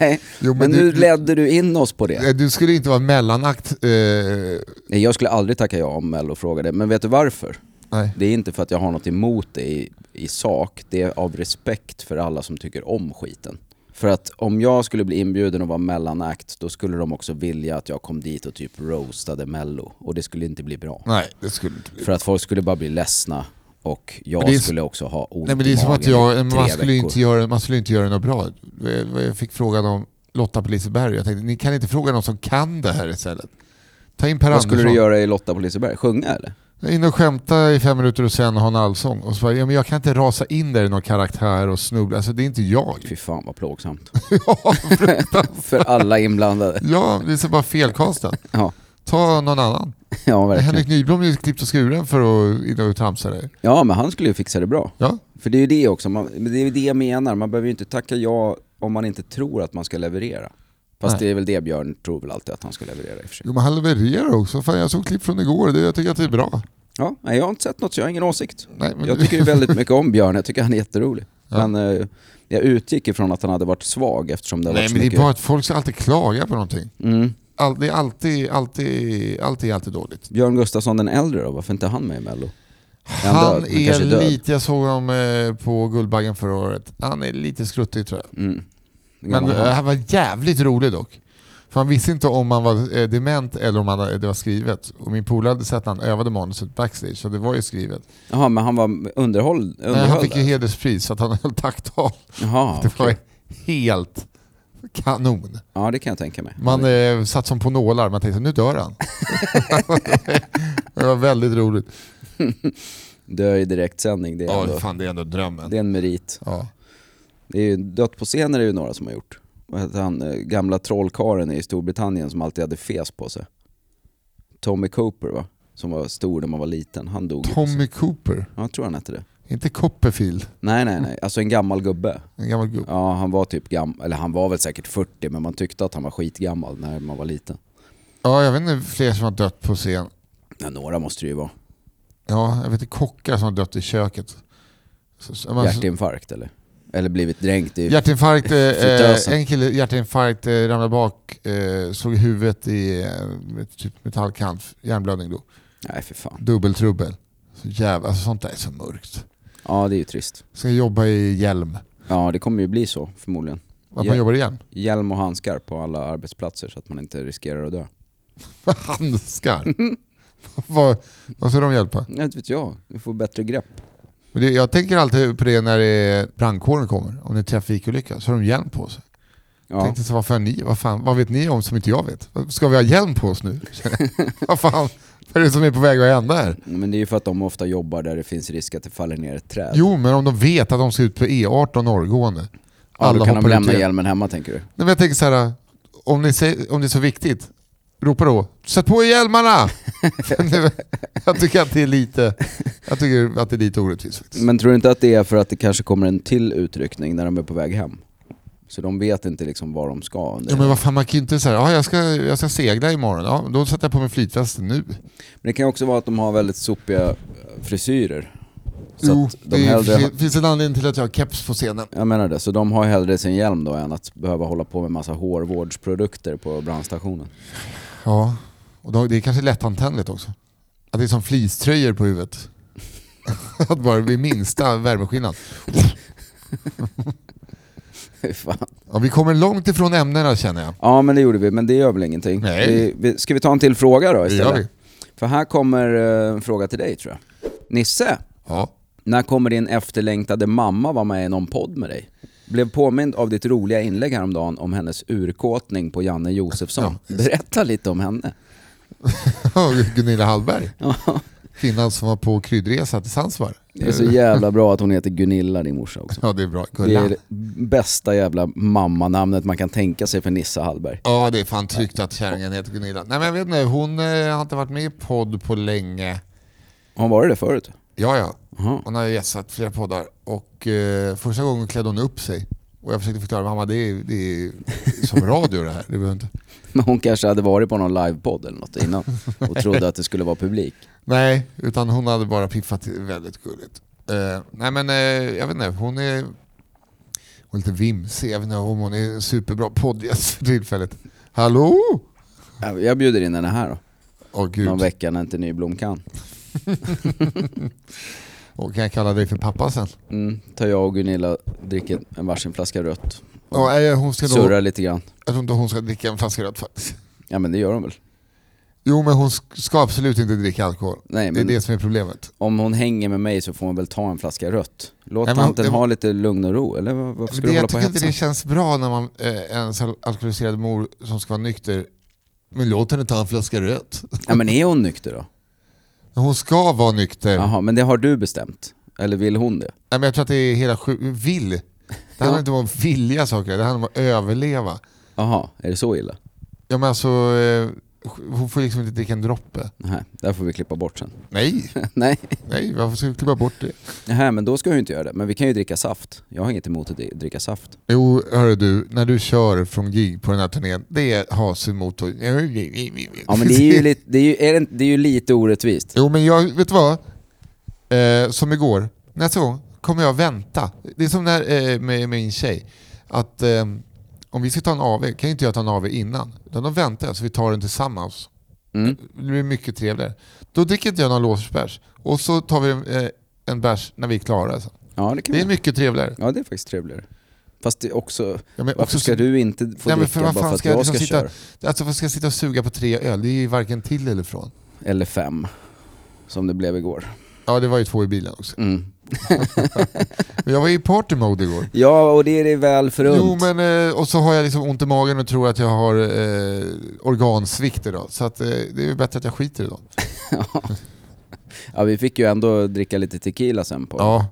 [SPEAKER 2] nej.
[SPEAKER 1] jo,
[SPEAKER 2] men
[SPEAKER 1] men
[SPEAKER 2] nu
[SPEAKER 1] du,
[SPEAKER 2] ledde du in oss på det.
[SPEAKER 1] du skulle inte vara mellanakt. Eh,
[SPEAKER 2] Nej, Eh, jag skulle aldrig tacka ja om Mello frågade, men vet du varför?
[SPEAKER 1] nej.
[SPEAKER 2] Det är inte för att jag har något emot det i, i sak, det är av respekt för alla som tycker om skiten. För att om jag skulle bli inbjuden och vara mellanakt, då skulle de också vilja att jag kom dit och typ roastade Mello. Och det skulle inte bli bra.
[SPEAKER 1] nej, det skulle inte bli.
[SPEAKER 2] För att folk skulle bara bli ledsna och jag
[SPEAKER 1] Men det är-
[SPEAKER 2] skulle också ha ont
[SPEAKER 1] Nej, men det är
[SPEAKER 2] i
[SPEAKER 1] som
[SPEAKER 2] magen
[SPEAKER 1] att jag,
[SPEAKER 2] i
[SPEAKER 1] man,
[SPEAKER 2] tre
[SPEAKER 1] skulle ju
[SPEAKER 2] veckor.
[SPEAKER 1] inte göra, man skulle ju inte göra något bra. Jag fick frågan om Lotta på Liseberg. Jag tänkte, ni kan inte fråga någon som kan det här istället. Ta in Per
[SPEAKER 2] Vad skulle
[SPEAKER 1] Andersson.
[SPEAKER 2] du göra i Lotta på Liseberg? Sjunga eller?
[SPEAKER 1] In och skämta i fem minuter och sen ha en allsång. Och så bara, ja, men jag kan inte rasa in där i någon karaktär och snubbla. Alltså det är inte jag.
[SPEAKER 2] Fy fan vad plågsamt.
[SPEAKER 1] ja,
[SPEAKER 2] För alla inblandade.
[SPEAKER 1] ja, det är så bara felkastat.
[SPEAKER 2] Ja,
[SPEAKER 1] Ta någon annan.
[SPEAKER 2] ja verkligen.
[SPEAKER 1] Henrik Nyblom är ju klippt och skuren för att in och tramsa dig.
[SPEAKER 2] Ja men han skulle ju fixa det bra.
[SPEAKER 1] Ja.
[SPEAKER 2] För det är ju det också, man, men det är ju det jag menar. Man behöver ju inte tacka ja om man inte tror att man ska leverera.
[SPEAKER 1] Nej.
[SPEAKER 2] Fast
[SPEAKER 1] Mm.
[SPEAKER 2] det är väl det Björn tror väl alltid att han ska leverera i och för sig.
[SPEAKER 1] Jo men han levererar också. Fan, jag såg klipp från igår, det, jag tycker att det är bra.
[SPEAKER 2] Ja, nej, jag har inte sett något så jag har ingen åsikt.
[SPEAKER 1] Nej, men
[SPEAKER 2] Jag tycker ju väldigt mycket om Björn, jag tycker han är jätterolig.
[SPEAKER 1] Ja.
[SPEAKER 2] Men eh, jag utgick ifrån att han hade varit svag eftersom det har
[SPEAKER 1] Nej
[SPEAKER 2] varit så
[SPEAKER 1] men det är
[SPEAKER 2] mycket...
[SPEAKER 1] bara att folk ska alltid klaga på någonting.
[SPEAKER 2] mm.
[SPEAKER 1] All, det är alltid, alltid, alltid, alltid dåligt.
[SPEAKER 2] Björn Gustafsson den äldre då, varför inte han med i Mello? han
[SPEAKER 1] Han
[SPEAKER 2] död? Han kanske är
[SPEAKER 1] är
[SPEAKER 2] död.
[SPEAKER 1] lite, jag såg honom eh, på Guldbaggen förra året. Han är lite skruttig tror jag.
[SPEAKER 2] Mm.
[SPEAKER 1] Men
[SPEAKER 2] Gammal
[SPEAKER 1] eh,
[SPEAKER 2] han.
[SPEAKER 1] han var jävligt rolig dock. För han visste inte om han var eh, dement eller om han, hade- det var skrivet. Och min polare hade sett han övade manuset backstage, så det var ju skrivet.
[SPEAKER 2] Jaha, men han var underhåll, underhåll
[SPEAKER 1] Men han fick ju
[SPEAKER 2] där.
[SPEAKER 1] hederspris så att han höll tacktal.
[SPEAKER 2] Jaha,
[SPEAKER 1] det var
[SPEAKER 2] okej.
[SPEAKER 1] helt kanon.
[SPEAKER 2] Ja, det kan jag tänka mig.
[SPEAKER 1] Man eh, satt som på nålar, man tänkte nu dör han. det var väldigt roligt.
[SPEAKER 2] Dör i direktsändning, det är,
[SPEAKER 1] Ja,
[SPEAKER 2] ändå,
[SPEAKER 1] fan det är ändå drömmen.
[SPEAKER 2] det är en merit.
[SPEAKER 1] Ja.
[SPEAKER 2] Det är ju, dött på scen är det ju några som har gjort. Vad heter han, eh, gamla trollkaren i Storbritannien som alltid hade fes på sig. Tommy Cooper va? Som var stor när man var liten. Han dog ju på scen.
[SPEAKER 1] Tommy Cooper,
[SPEAKER 2] Ja, jag tror han hette det.
[SPEAKER 1] inte Copperfield.
[SPEAKER 2] Nej, nej, nej. Alltså en gammal gubbe.
[SPEAKER 1] En gammal gubbe.
[SPEAKER 2] Ja, han var typ gammal, eller han var väl säkert 40 men man tyckte att han var skitgammal när man var liten.
[SPEAKER 1] Ja, jag vet inte fler som har dött på scen.
[SPEAKER 2] Ja, några måste det ju vara.
[SPEAKER 1] Ja, jag vet inte kockar som har dött i köket. Så- så- man-
[SPEAKER 2] Hjärtinfarkt eller? Eller blivit dränkt i...
[SPEAKER 1] Hjärtinfarkt, eh,
[SPEAKER 2] Fritösen.
[SPEAKER 1] eh, en kille hjärtinfarkt, eh, ramlade bak, eh, slog i huvudet i eh, typ metallkant, hjärnblödning då.
[SPEAKER 2] Nej, för fan.
[SPEAKER 1] Dubbeltrubbel. Så jävla, alltså sånt där är så mörkt.
[SPEAKER 2] Ja, det är ju trist.
[SPEAKER 1] Ska jobba i hjälm.
[SPEAKER 2] Ja, det kommer ju bli så förmodligen.
[SPEAKER 1] Att
[SPEAKER 2] Ja.
[SPEAKER 1] man jobbar i hjälm.
[SPEAKER 2] Hjälm och handskar på alla arbetsplatser så att man inte riskerar att dö.
[SPEAKER 1] Handskar. vad, vad ska de hjälpa?
[SPEAKER 2] Ja, inte vet jag. Du får bättre grepp.
[SPEAKER 1] Men det, jag tänker alltid på det när det är brandkåren kommer, om det är trafikolycka, så har de hjälm på sig.
[SPEAKER 2] Ja.
[SPEAKER 1] Tänkte så, vad, fan ni, vad, fan, vad vet ni om som inte jag vet? Ska vi ha hjälm på oss nu? vad fan, vad är det som är på väg att hända här?
[SPEAKER 2] Men det är ju för att de ofta jobbar där det finns risk att det faller ner ett träd.
[SPEAKER 1] Jo, men om de vet att de ska ut på E E18 norrgående.
[SPEAKER 2] ja, då kan de
[SPEAKER 1] hoppar ut
[SPEAKER 2] lämna
[SPEAKER 1] igen.
[SPEAKER 2] hjälmen hemma tänker du.
[SPEAKER 1] Nej, men jag tänker så här, om, ni säger, om det är så viktigt, ropa då ”Sätt på er hjälmarna!” Jag tycker att det är lite, jag tycker att det är lite orättvist faktiskt.
[SPEAKER 2] Men tror du inte att det är för att det kanske kommer en till utryckning när de är på väg hem? Så de vet inte liksom var de ska. under
[SPEAKER 1] Ja, men
[SPEAKER 2] hela-
[SPEAKER 1] vad fan, man kan ju inte säga ja, jag, ska, jag ska segla imorgon, ja, då sätter jag på mig flytvästen nu.
[SPEAKER 2] Men det kan ju också vara att de har väldigt sopiga eh, frisyrer. Så
[SPEAKER 1] jo,
[SPEAKER 2] att de
[SPEAKER 1] det
[SPEAKER 2] hellre...
[SPEAKER 1] är, finns en anledning till att jag har keps på scenen.
[SPEAKER 2] Jag menar det, så de har ju hellre sin hjälm då än att behöva hålla på med massa hårvårdsprodukter på brandstationen.
[SPEAKER 1] Ja, och då, det är kanske lättantändligt också. Att det är som fleecetröjor på huvudet. att bara vid minsta värmeskillnad.
[SPEAKER 2] Fan.
[SPEAKER 1] Ja, vi kommer långt ifrån ämnena känner jag.
[SPEAKER 2] Ja men det gjorde vi, men det gör väl ingenting.
[SPEAKER 1] Nej.
[SPEAKER 2] Vi, vi, ska vi ta en till fråga
[SPEAKER 1] Det
[SPEAKER 2] då
[SPEAKER 1] gör vi.
[SPEAKER 2] istället? För här kommer eh, en fråga till dig tror jag. Nisse,
[SPEAKER 1] Ja.
[SPEAKER 2] när kommer din efterlängtade mamma vara med i någon podd med dig? Blev påmind av ditt roliga inlägg häromdagen om hennes urkåtning på Janne Josefsson. Berätta lite om henne.
[SPEAKER 1] Gunilla Hallberg. Kvinnan som var på kryddresa till Sandsvar.
[SPEAKER 2] Det är så jävla bra att hon heter Gunilla din morsa också.
[SPEAKER 1] Ja, det är bra.
[SPEAKER 2] Det
[SPEAKER 1] Gulla.
[SPEAKER 2] är det bästa jävla mammanamnet man kan tänka sig för Nissa Hallberg.
[SPEAKER 1] Ja, det är fan tryggt att kärringen heter Gunilla. Nej, men jag vet inte. Hon eh, har inte varit med i podd på länge.
[SPEAKER 2] Har hon varit det förut?
[SPEAKER 1] Ja, ja.
[SPEAKER 2] Jaha.
[SPEAKER 1] Hon har gästat flera poddar och eh, första gången klädde hon upp sig. Och jag försökte förklara, mamma det är, det är som radio det här. Det behöver inte.
[SPEAKER 2] Men hon kanske hade varit på någon livepodd eller något innan och trodde att det skulle vara publik.
[SPEAKER 1] Nej, utan hon hade bara piffat till väldigt gulligt. Eh, nej men eh, jag vet inte, hon är, hon är lite vimsig. Jag vet inte om hon är en superbra poddgäst för tillfället. Hallå?
[SPEAKER 2] Ja, Jag bjuder in henne här då.
[SPEAKER 1] Åh
[SPEAKER 2] Någon
[SPEAKER 1] gud,
[SPEAKER 2] vecka när inte Nyblom kan.
[SPEAKER 1] och kan jag kalla dig för pappa sen?
[SPEAKER 2] Mm, tar jag och Gunilla dricker en varsin flaska rött.
[SPEAKER 1] Ja, nej, hon ska nog,
[SPEAKER 2] Surrar lite grann.
[SPEAKER 1] jag tror inte hon ska dricka en flaska rött faktiskt.
[SPEAKER 2] Ja men det gör hon väl.
[SPEAKER 1] Jo men hon ska absolut inte dricka alkohol.
[SPEAKER 2] Nej
[SPEAKER 1] Det är
[SPEAKER 2] men
[SPEAKER 1] det som är problemet.
[SPEAKER 2] om hon hänger med mig så får hon väl ta en flaska rött. Låt
[SPEAKER 1] Nej, men hon-
[SPEAKER 2] tanten
[SPEAKER 1] det-
[SPEAKER 2] ha lite lugn och ro eller vad- varför
[SPEAKER 1] Men
[SPEAKER 2] ska
[SPEAKER 1] det,
[SPEAKER 2] du hålla
[SPEAKER 1] jag
[SPEAKER 2] på och
[SPEAKER 1] tycker inte
[SPEAKER 2] hetsa?
[SPEAKER 1] det känns bra när man eh, en så alkoholiserad mor som ska vara nykter, men låt henne ta en flaska rött.
[SPEAKER 2] Ja men är hon nykter då?
[SPEAKER 1] Hon ska vara nykter.
[SPEAKER 2] Jaha men det har du bestämt? Eller vill hon det?
[SPEAKER 1] Nej, men jag tror att det är hela sju... Vill. Det handlar
[SPEAKER 2] Ja.
[SPEAKER 1] inte om att vilja saker, det handlar om att överleva.
[SPEAKER 2] Jaha, är det så illa?
[SPEAKER 1] Ja, men alltså, eh, hon får liksom inte dricka en droppe.
[SPEAKER 2] Nej, där får vi klippa bort sen.
[SPEAKER 1] Nej,
[SPEAKER 2] Nej,
[SPEAKER 1] nej, varför ska vi klippa bort det?
[SPEAKER 2] Nähä, men då ska jag ju inte göra det. Men vi kan ju dricka saft. Jag har inget emot att dri- dricka saft.
[SPEAKER 1] Jo, hörru du, när du kör från gig på den här turnén, det är has emot och...
[SPEAKER 2] Ja men det är ju lite, det är ju, är det, inte- det är ju lite orättvist.
[SPEAKER 1] Jo, men jag, vet du vad? Eh, som igår, nästa gång kommer jag vänta. Det är som när, eh, med min tjej, att eh, om vi ska ta en AV kan inte jag ta en AV innan. Utan de väntar jag, så vi tar den tillsammans.
[SPEAKER 2] Mm.
[SPEAKER 1] Det blir mycket trevligare. Då dricker inte jag någon låsbärs och så tar vi eh, en bärs när vi är klara. sen.
[SPEAKER 2] Ja det kan
[SPEAKER 1] Det är
[SPEAKER 2] man.
[SPEAKER 1] mycket trevligare.
[SPEAKER 2] Ja det är faktiskt trevligare. Fast det är också,
[SPEAKER 1] Ja, men
[SPEAKER 2] varför
[SPEAKER 1] också-
[SPEAKER 2] ska du inte få
[SPEAKER 1] Nej, men
[SPEAKER 2] dricka
[SPEAKER 1] för
[SPEAKER 2] bara
[SPEAKER 1] vad
[SPEAKER 2] för
[SPEAKER 1] fan
[SPEAKER 2] att
[SPEAKER 1] ska jag
[SPEAKER 2] jag ska
[SPEAKER 1] liksom sitta-
[SPEAKER 2] köra?
[SPEAKER 1] Alltså varför ska jag sitta och suga på tre öl? Det är ju varken till eller från.
[SPEAKER 2] Eller fem. Som det blev igår.
[SPEAKER 1] Ja, det var ju två i bilen också.
[SPEAKER 2] Mm.
[SPEAKER 1] Men jag var i party mode igår.
[SPEAKER 2] Ja och det är det väl förunt.
[SPEAKER 1] Jo, men eh, och så har jag liksom ont i magen och tror att jag har eh, organsvikt idag. Så att, eh, det är ju bättre att jag skiter idag.
[SPEAKER 2] Ja vi fick ju ändå dricka lite tequila sen på,
[SPEAKER 1] Ja,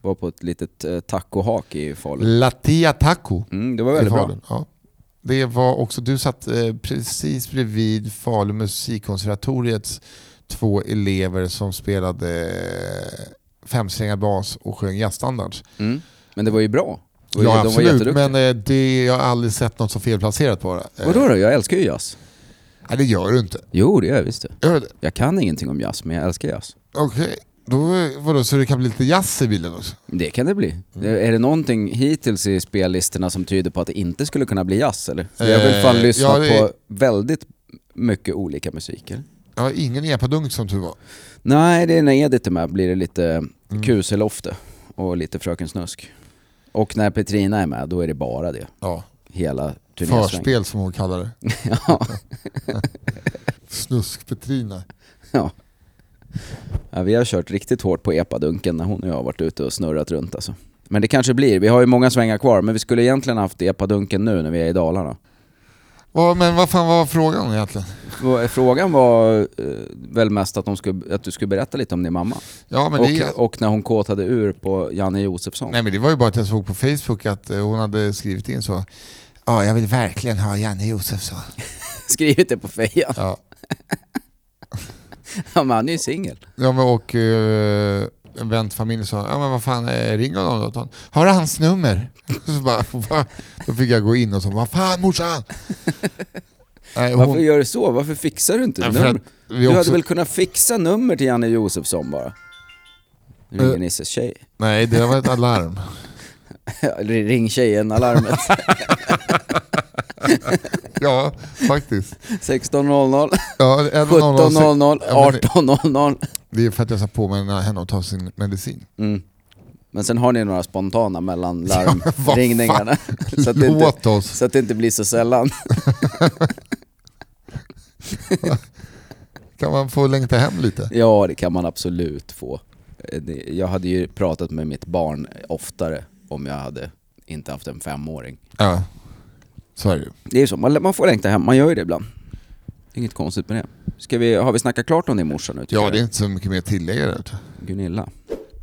[SPEAKER 2] var på ett litet eh, tacohak i Falun.
[SPEAKER 1] Latia Taco
[SPEAKER 2] Mm, det var
[SPEAKER 1] i
[SPEAKER 2] väldigt bra.
[SPEAKER 1] Falun. Ja. Det var också, du satt eh, precis bredvid Falun musikkonservatoriets två elever som spelade eh, femsträngad bas och sjöng jazzstandards.
[SPEAKER 2] Mm. Men det var ju bra. Det var ju-
[SPEAKER 1] Ja
[SPEAKER 2] de var
[SPEAKER 1] absolut,
[SPEAKER 2] jätteduktiga.
[SPEAKER 1] men eh, det, jag har aldrig sett något så felplacerat bara. Eh,
[SPEAKER 2] Vadå då? Jag älskar ju jazz.
[SPEAKER 1] Nej det gör du inte.
[SPEAKER 2] Jo det gör jag visst det.
[SPEAKER 1] Gör du det?
[SPEAKER 2] Jag kan ingenting om jazz, men jag älskar jazz.
[SPEAKER 1] Okej, då, eh, vadå, så det kan bli lite jazz i bilen också?
[SPEAKER 2] Det kan det bli.
[SPEAKER 1] Mm.
[SPEAKER 2] Det- Är det någonting hittills i spellistorna som tyder på att det inte skulle kunna bli jazz eller? Jag har väl fan
[SPEAKER 1] Eh,
[SPEAKER 2] lyssnat
[SPEAKER 1] ja, det-
[SPEAKER 2] på väldigt mycket olika musiker.
[SPEAKER 1] Ja, ingen epadunk som tur var.
[SPEAKER 2] Nej, det är när Edith är med blir det lite
[SPEAKER 1] Mm.
[SPEAKER 2] kuselofte och lite Fröken Snusk. Och när Petrina är med, då är det bara det.
[SPEAKER 1] Ja,
[SPEAKER 2] Hela turnésvängen.
[SPEAKER 1] förspel som hon kallar det.
[SPEAKER 2] ja,
[SPEAKER 1] Snusk-Petrina.
[SPEAKER 2] ja. ja, vi har kört riktigt hårt på epadunken när hon och jag har varit ute och snurrat runt alltså. Men det kanske blir, vi har ju många svängar kvar, men vi skulle egentligen haft epadunken nu när vi är i Dalarna.
[SPEAKER 1] Ja, men vad fan var frågan egentligen?
[SPEAKER 2] Och Frågan var eh, väl mest att, de skulle, att du skulle berätta lite om din mamma.
[SPEAKER 1] Ja, men
[SPEAKER 2] och,
[SPEAKER 1] det,
[SPEAKER 2] och när hon kåtade ur på Janne Josefsson.
[SPEAKER 1] nej, men det var ju bara att jag såg på Facebook att eh, hon hade skrivit in så. Ja, jag vill verkligen ha Janne Josefsson.
[SPEAKER 2] Skrivit det på fejan.
[SPEAKER 1] Ja,
[SPEAKER 2] Ja, men han är ju singel.
[SPEAKER 1] ja men och eh, en vän till familjen sa, ja men vad fan, eh, ring honom då. Tom. Har du hans nummer? Så bara, va? Då fick jag gå in och så, vad fan morsan? Nej, hon,
[SPEAKER 2] Varför gör du så? Varför fixar du inte
[SPEAKER 1] Nej, för
[SPEAKER 2] nummer?
[SPEAKER 1] att vi
[SPEAKER 2] Du hade
[SPEAKER 1] också-
[SPEAKER 2] väl kunnat fixa nummer till Janne Josefsson bara? Nu Ringer
[SPEAKER 1] Eh.
[SPEAKER 2] Nisses tjej.
[SPEAKER 1] nej, det var ett alarm.
[SPEAKER 2] Ring tjejen-alarmet.
[SPEAKER 1] ja, faktiskt.
[SPEAKER 2] 16.00,
[SPEAKER 1] Ja, 11.00.
[SPEAKER 2] 17.00,
[SPEAKER 1] Ja, men-
[SPEAKER 2] 18.00
[SPEAKER 1] Det är för att jag sa på mig henne att ta sin medicin.
[SPEAKER 2] Mm. Men sen har ni några spontana mellan
[SPEAKER 1] vad
[SPEAKER 2] larmringningarna. så, att det inte,
[SPEAKER 1] Låt oss.
[SPEAKER 2] så att det inte blir så sällan.
[SPEAKER 1] Kan man få längta hem lite?
[SPEAKER 2] Ja, det kan man absolut få. Eh, det- Jag hade ju pratat med mitt barn oftare om jag hade inte haft en femåring.
[SPEAKER 1] Ja. Så är det ju.
[SPEAKER 2] Det är ju så, man, man får längta hem, man gör ju det ibland. Det är Inget konstigt med det. Ska vi, har vi snackat klart om din morsa nu? tycker
[SPEAKER 1] Ja,
[SPEAKER 2] jag?
[SPEAKER 1] det är inte så mycket mer tillägg
[SPEAKER 2] Gunilla.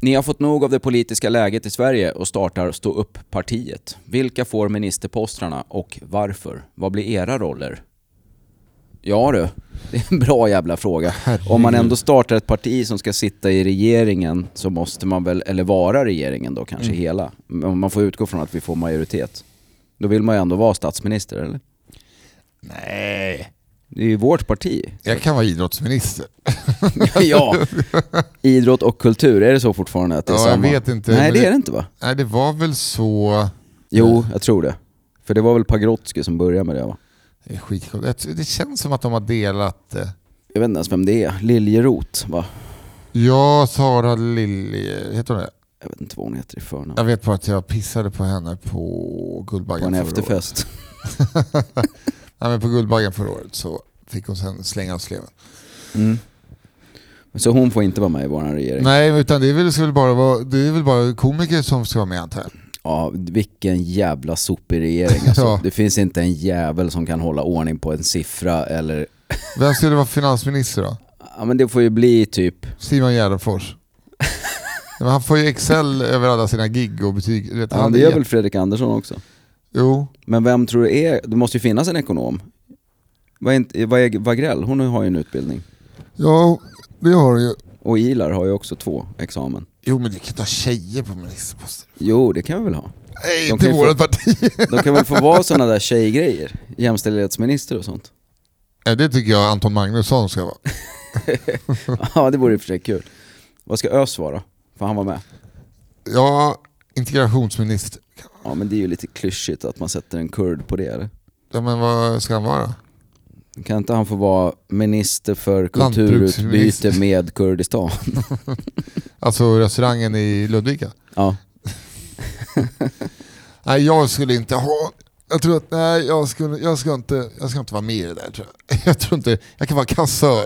[SPEAKER 2] Ni har fått nog av det politiska läget i Sverige och startar Stå upp-partiet. Vilka får ministerposterna och varför? Vad blir era roller? Ja du, det är en bra jävla fråga. Om man ändå startar ett parti som ska sitta i regeringen så måste man väl, eller vara regeringen då kanske hela. Om man får utgå från att vi får majoritet. Då vill man ju ändå vara statsminister eller?
[SPEAKER 1] Nej.
[SPEAKER 2] Det är ju vårt parti.
[SPEAKER 1] Jag kan vara idrottsminister.
[SPEAKER 2] ja, idrott och kultur, är det så fortfarande att det är
[SPEAKER 1] Ja, jag
[SPEAKER 2] samma?
[SPEAKER 1] vet inte,
[SPEAKER 2] Nej
[SPEAKER 1] men
[SPEAKER 2] det
[SPEAKER 1] det-
[SPEAKER 2] är det inte va?
[SPEAKER 1] Nej, det var väl så...
[SPEAKER 2] Jo, jag tror det. För det var väl Pagrotsky som började med det va?
[SPEAKER 1] Det är skitkonstigt. Jag tror- Det känns som att de har delat eh, det.
[SPEAKER 2] Jag vet inte ens vem det är. Liljeroth va?
[SPEAKER 1] Jag, Sara Lilje, heter hon det?
[SPEAKER 2] Jag vet inte vad hon heter i förnamn.
[SPEAKER 1] Jag vet bara att jag pissade på henne på
[SPEAKER 2] På
[SPEAKER 1] Guldbaggen
[SPEAKER 2] en
[SPEAKER 1] förra året.
[SPEAKER 2] efterfest.
[SPEAKER 1] Nej, men på Guldbaggen förra året så fick hon sen slänga av sleven.
[SPEAKER 2] Mm. Så hon får inte vara med i våran regering?
[SPEAKER 1] Nej, utan det är väl, skulle bara vara, det är väl bara komiker som ska vara med antar jag.
[SPEAKER 2] Ja, vilken jävla sopig regering alltså.
[SPEAKER 1] Ja.
[SPEAKER 2] Det finns inte en jävel som kan hålla ordning på en siffra eller...
[SPEAKER 1] Vem skulle vara finansminister då?
[SPEAKER 2] Ja men det får ju bli typ...
[SPEAKER 1] Simon Gärdenfors. Nej, men han får ju Excel över alla sina gig och betyg. Du Vet,
[SPEAKER 2] Ja, det
[SPEAKER 1] är
[SPEAKER 2] gör
[SPEAKER 1] jätte-
[SPEAKER 2] väl Fredrik Andersson också?
[SPEAKER 1] Jo,
[SPEAKER 2] Men vem tror du är... Det måste ju finnas en ekonom. Vad är inte- vad är- Wagrell, hon har ju en utbildning.
[SPEAKER 1] Ja, det har du ju.
[SPEAKER 2] Och Ilar har ju också två examen.
[SPEAKER 1] Jo men du kan ta tjejer på ministerposter.
[SPEAKER 2] Jo, det kan vi väl ha.
[SPEAKER 1] Nej,
[SPEAKER 2] De
[SPEAKER 1] inte
[SPEAKER 2] kan ju
[SPEAKER 1] vårat parti.
[SPEAKER 2] De kan väl få vara sådana där tjejgrejer? Jämställdhetsminister och sånt.
[SPEAKER 1] Nej, det tycker jag Anton Magnusson ska vara.
[SPEAKER 2] Ja, det vore i och för sig kul. Vad ska Ös vara? För han var med.
[SPEAKER 1] Ja, integrationsminister.
[SPEAKER 2] Ja, men det är ju lite klyschigt att man sätter en kurd på det. Eller?
[SPEAKER 1] Ja, men vad ska han vara?
[SPEAKER 2] Kan inte han få vara minister för kulturutbyte
[SPEAKER 1] Lantbruksminister.
[SPEAKER 2] med Kurdistan?
[SPEAKER 1] Alltså restaurangen i Ludvika?
[SPEAKER 2] Ja.
[SPEAKER 1] Nej, jag skulle inte ha... Jag tror att, nej, jag, skulle, jag, ska inte, jag ska inte vara med i det där tror jag. Jag tror inte, jag kan vara kassör.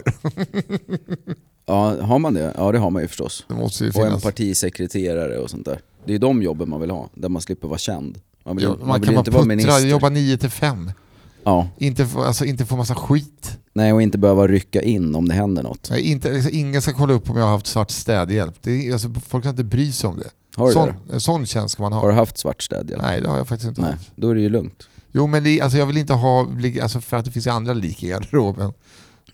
[SPEAKER 2] ja, har man det? Ja, det har man ju förstås.
[SPEAKER 1] Det måste ju
[SPEAKER 2] Och en
[SPEAKER 1] finnas.
[SPEAKER 2] partisekreterare och sånt där. Det är de jobben man vill ha, där man slipper vara känd. Man vill,
[SPEAKER 1] Ja,
[SPEAKER 2] man
[SPEAKER 1] man
[SPEAKER 2] vill
[SPEAKER 1] kan
[SPEAKER 2] ju
[SPEAKER 1] vara
[SPEAKER 2] inte vara
[SPEAKER 1] puttrad,
[SPEAKER 2] minister.
[SPEAKER 1] jobba 9 till 5.
[SPEAKER 2] Ja,
[SPEAKER 1] Inte få, alltså, inte få massa skit.
[SPEAKER 2] nej och inte behöva rycka in om det händer något.
[SPEAKER 1] Nej, inte, alltså, ingen ska kolla upp om jag har haft svart städhjälp. Det är, alltså, folk kan inte bry sig om det.
[SPEAKER 2] Har du,
[SPEAKER 1] sån,
[SPEAKER 2] det?
[SPEAKER 1] en sån tjänst ska man ha.
[SPEAKER 2] Har du haft svart städhjälp?
[SPEAKER 1] Nej, det har jag faktiskt inte
[SPEAKER 2] Nej,
[SPEAKER 1] haft.
[SPEAKER 2] då är det ju lugnt.
[SPEAKER 1] Jo, men det, alltså, jag vill inte ha, bli- alltså, för att det finns ju andra lik i garderoben.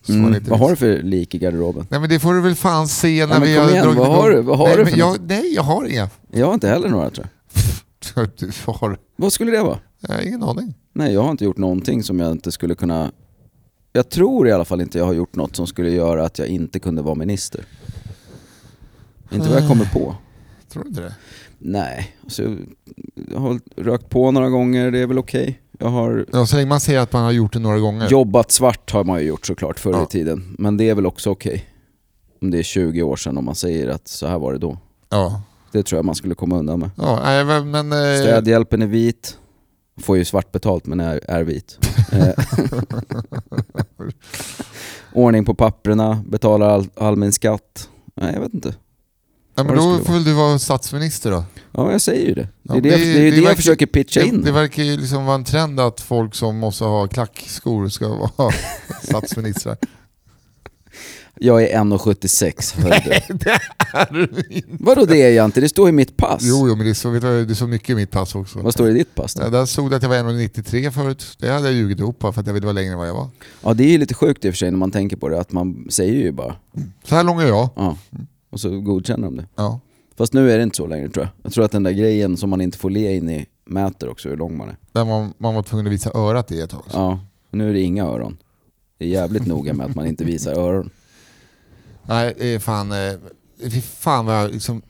[SPEAKER 1] Så man
[SPEAKER 2] Mm.
[SPEAKER 1] inte
[SPEAKER 2] Vad
[SPEAKER 1] vill-
[SPEAKER 2] har du för lik i garderoben?
[SPEAKER 1] Nej men det får du väl fan se när
[SPEAKER 2] men
[SPEAKER 1] vi
[SPEAKER 2] kom
[SPEAKER 1] har
[SPEAKER 2] igen, vad har du- vad har
[SPEAKER 1] nej,
[SPEAKER 2] du
[SPEAKER 1] men
[SPEAKER 2] för
[SPEAKER 1] jag, nej, jag har inga.
[SPEAKER 2] Jag har inte heller några tror jag.
[SPEAKER 1] Du har...
[SPEAKER 2] Vad skulle det vara?
[SPEAKER 1] Jag har ingen aning.
[SPEAKER 2] Nej, jag har inte gjort någonting som jag inte skulle kunna... Jag tror i alla fall inte jag har gjort något som skulle göra att jag inte kunde vara minister. Inte vad jag kommer på.
[SPEAKER 1] Tror du inte det?
[SPEAKER 2] Nej, alltså, jag jag har rökt på några gånger, det är väl okej. Jag har
[SPEAKER 1] Ja, så länge man ser att man har gjort det några gånger.
[SPEAKER 2] jobbat svart har man ju gjort såklart förr i
[SPEAKER 1] Ja.
[SPEAKER 2] tiden. Men det är väl också okej. Om det är 20 år sedan om man säger att så här var det då.
[SPEAKER 1] Ja.
[SPEAKER 2] Det tror jag man skulle komma undan med.
[SPEAKER 1] ja nej, men, men, eh,
[SPEAKER 2] Städhjälpen är vit. Får ju svart betalt men är, är vit. Eh, Ordning på papperna, betalar all, allmän skatt. Nej, jag vet inte.
[SPEAKER 1] nej, men
[SPEAKER 2] vad det
[SPEAKER 1] då
[SPEAKER 2] skulle
[SPEAKER 1] får väl du vara statsminister då.
[SPEAKER 2] Ja, jag säger ju det. Det
[SPEAKER 1] Ja,
[SPEAKER 2] är det, det,
[SPEAKER 1] det-
[SPEAKER 2] är ju
[SPEAKER 1] det
[SPEAKER 2] det jag
[SPEAKER 1] verkar-
[SPEAKER 2] försöker pitcha
[SPEAKER 1] Det,
[SPEAKER 2] in.
[SPEAKER 1] det verkar ju liksom vara en trend att folk som måste ha klackskor ska vara statsministrar.
[SPEAKER 2] Jag är 1,76 hör du.
[SPEAKER 1] det är du inte.
[SPEAKER 2] Vadå det är jag inte? Det står i mitt pass.
[SPEAKER 1] Jo, jo men det är, så, vet du, vad, det är så mycket i mitt pass också.
[SPEAKER 2] Vad står det i ditt pass då?
[SPEAKER 1] Ja, där stod det att jag var 1,93 förut. Det hade jag ljugit ihop bara för att jag ville vara längre än vad jag var.
[SPEAKER 2] Ja det är ju lite sjukt i och för sig när man tänker på det att man säger ju bara
[SPEAKER 1] Så här lång är jag.
[SPEAKER 2] ja. Och så godkänner de det.
[SPEAKER 1] Ja.
[SPEAKER 2] Fast nu är det inte så längre tror jag. Jag tror att den där grejen som man inte får le in i mäter också hur lång man är.
[SPEAKER 1] Där man, man var tvungen att visa örat i ett tag.
[SPEAKER 2] Ja, men nu är det inga öron. Det är jävligt noga med att man inte visar öron.
[SPEAKER 1] Nej, det är fan, eh, fy fan vad jag liksom,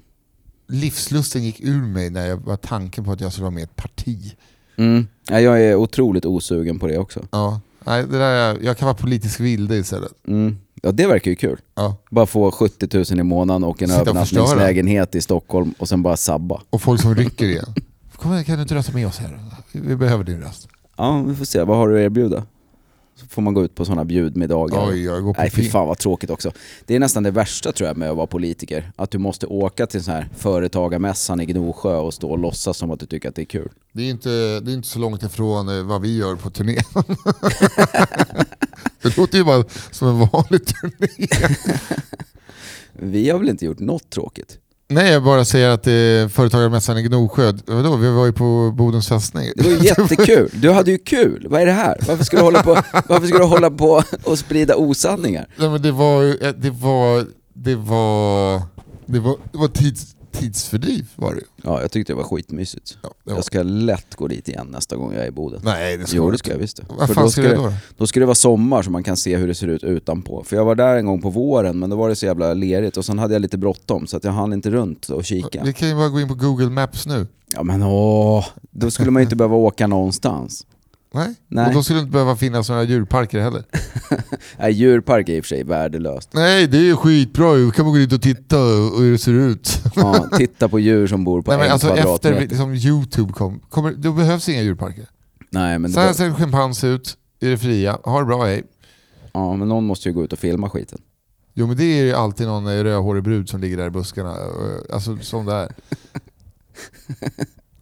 [SPEAKER 1] livslusten gick ur mig när jag var tanken på att jag skulle vara med i ett parti.
[SPEAKER 2] Mm. Ja, jag är otroligt osugen på det också.
[SPEAKER 1] Ja. Nej, det där, jag kan vara politisk vilde istället.
[SPEAKER 2] Mm. Ja det verkar ju kul.
[SPEAKER 1] Ja.
[SPEAKER 2] Bara få 70 000 i månaden och en
[SPEAKER 1] Sitta och
[SPEAKER 2] övernattningslägenhet i Stockholm och sen bara sabba.
[SPEAKER 1] Och folk som rycker igen. Kom igen, kan du inte rösta med oss här? Vi behöver din röst.
[SPEAKER 2] Ja vi får se, vad har du att erbjuda? Så får man gå ut på sådana bjudmiddagar.
[SPEAKER 1] Oj, jag går på
[SPEAKER 2] Nej fy
[SPEAKER 1] fin-
[SPEAKER 2] fan vad tråkigt också. Det är nästan det värsta tror jag med att vara politiker. Att du måste åka till så här företagarmässan i Gnosjö och stå och låtsas som att du tycker att det är kul.
[SPEAKER 1] Det är ju inte, det är inte så långt ifrån eh, vad vi gör på turné. det låter ju bara som en vanlig turné.
[SPEAKER 2] Vi har väl inte gjort något tråkigt?
[SPEAKER 1] Nej, jag bara säger att eh, företagarmässan i Gnosjö, vadå, vi var ju på Bodens fästning.
[SPEAKER 2] Det var ju jättekul. Du hade ju kul. Vad är det här? Varför ska du hålla på, varför ska du hålla på och sprida osanningar?
[SPEAKER 1] Nej, men det var ju- eh, det var, det var, det var, det var tids, tidsfördriv var det ju.
[SPEAKER 2] Ja, jag tyckte det var skitmysigt.
[SPEAKER 1] ja, det var.
[SPEAKER 2] Jag ska lätt gå dit igen nästa gång jag är i Boden.
[SPEAKER 1] Nej, det ska
[SPEAKER 2] Jo
[SPEAKER 1] du
[SPEAKER 2] det
[SPEAKER 1] inte.
[SPEAKER 2] ska jag visst det.
[SPEAKER 1] Vad
[SPEAKER 2] För
[SPEAKER 1] fan ska det då?
[SPEAKER 2] Då ska det vara sommar så man kan se hur det ser ut utanpå. För jag var där en gång på våren men då var det så jävla lerigt och sen hade jag lite bråttom så att jag hann inte runt och kika.
[SPEAKER 1] Vi kan ju bara gå in på Google Maps nu.
[SPEAKER 2] Ja men åh, då skulle man ju inte behöva åka någonstans.
[SPEAKER 1] Nej?
[SPEAKER 2] Nej.
[SPEAKER 1] Och då skulle det inte behöva finnas några djurparker heller.
[SPEAKER 2] Nej, djurpark är i och för sig värdelöst.
[SPEAKER 1] Nej, det är ju skitbra ju. Då kan man gå dit och titta och hur det ser ut.
[SPEAKER 2] Ja, titta på djur som bor på
[SPEAKER 1] Nej, men
[SPEAKER 2] en
[SPEAKER 1] alltså
[SPEAKER 2] kvadratmeter.
[SPEAKER 1] efter liksom, YouTube kom, kommer, då behövs inga djurparker.
[SPEAKER 2] Nej men, det
[SPEAKER 1] Så här
[SPEAKER 2] var-
[SPEAKER 1] ser en schimpans ut i det fria. Ha det bra, hej.
[SPEAKER 2] ja, men någon måste ju gå ut och filma skiten.
[SPEAKER 1] Jo men det är ju alltid någon eh, rödhårig brud som ligger där i buskarna. eh, Alltså som det är.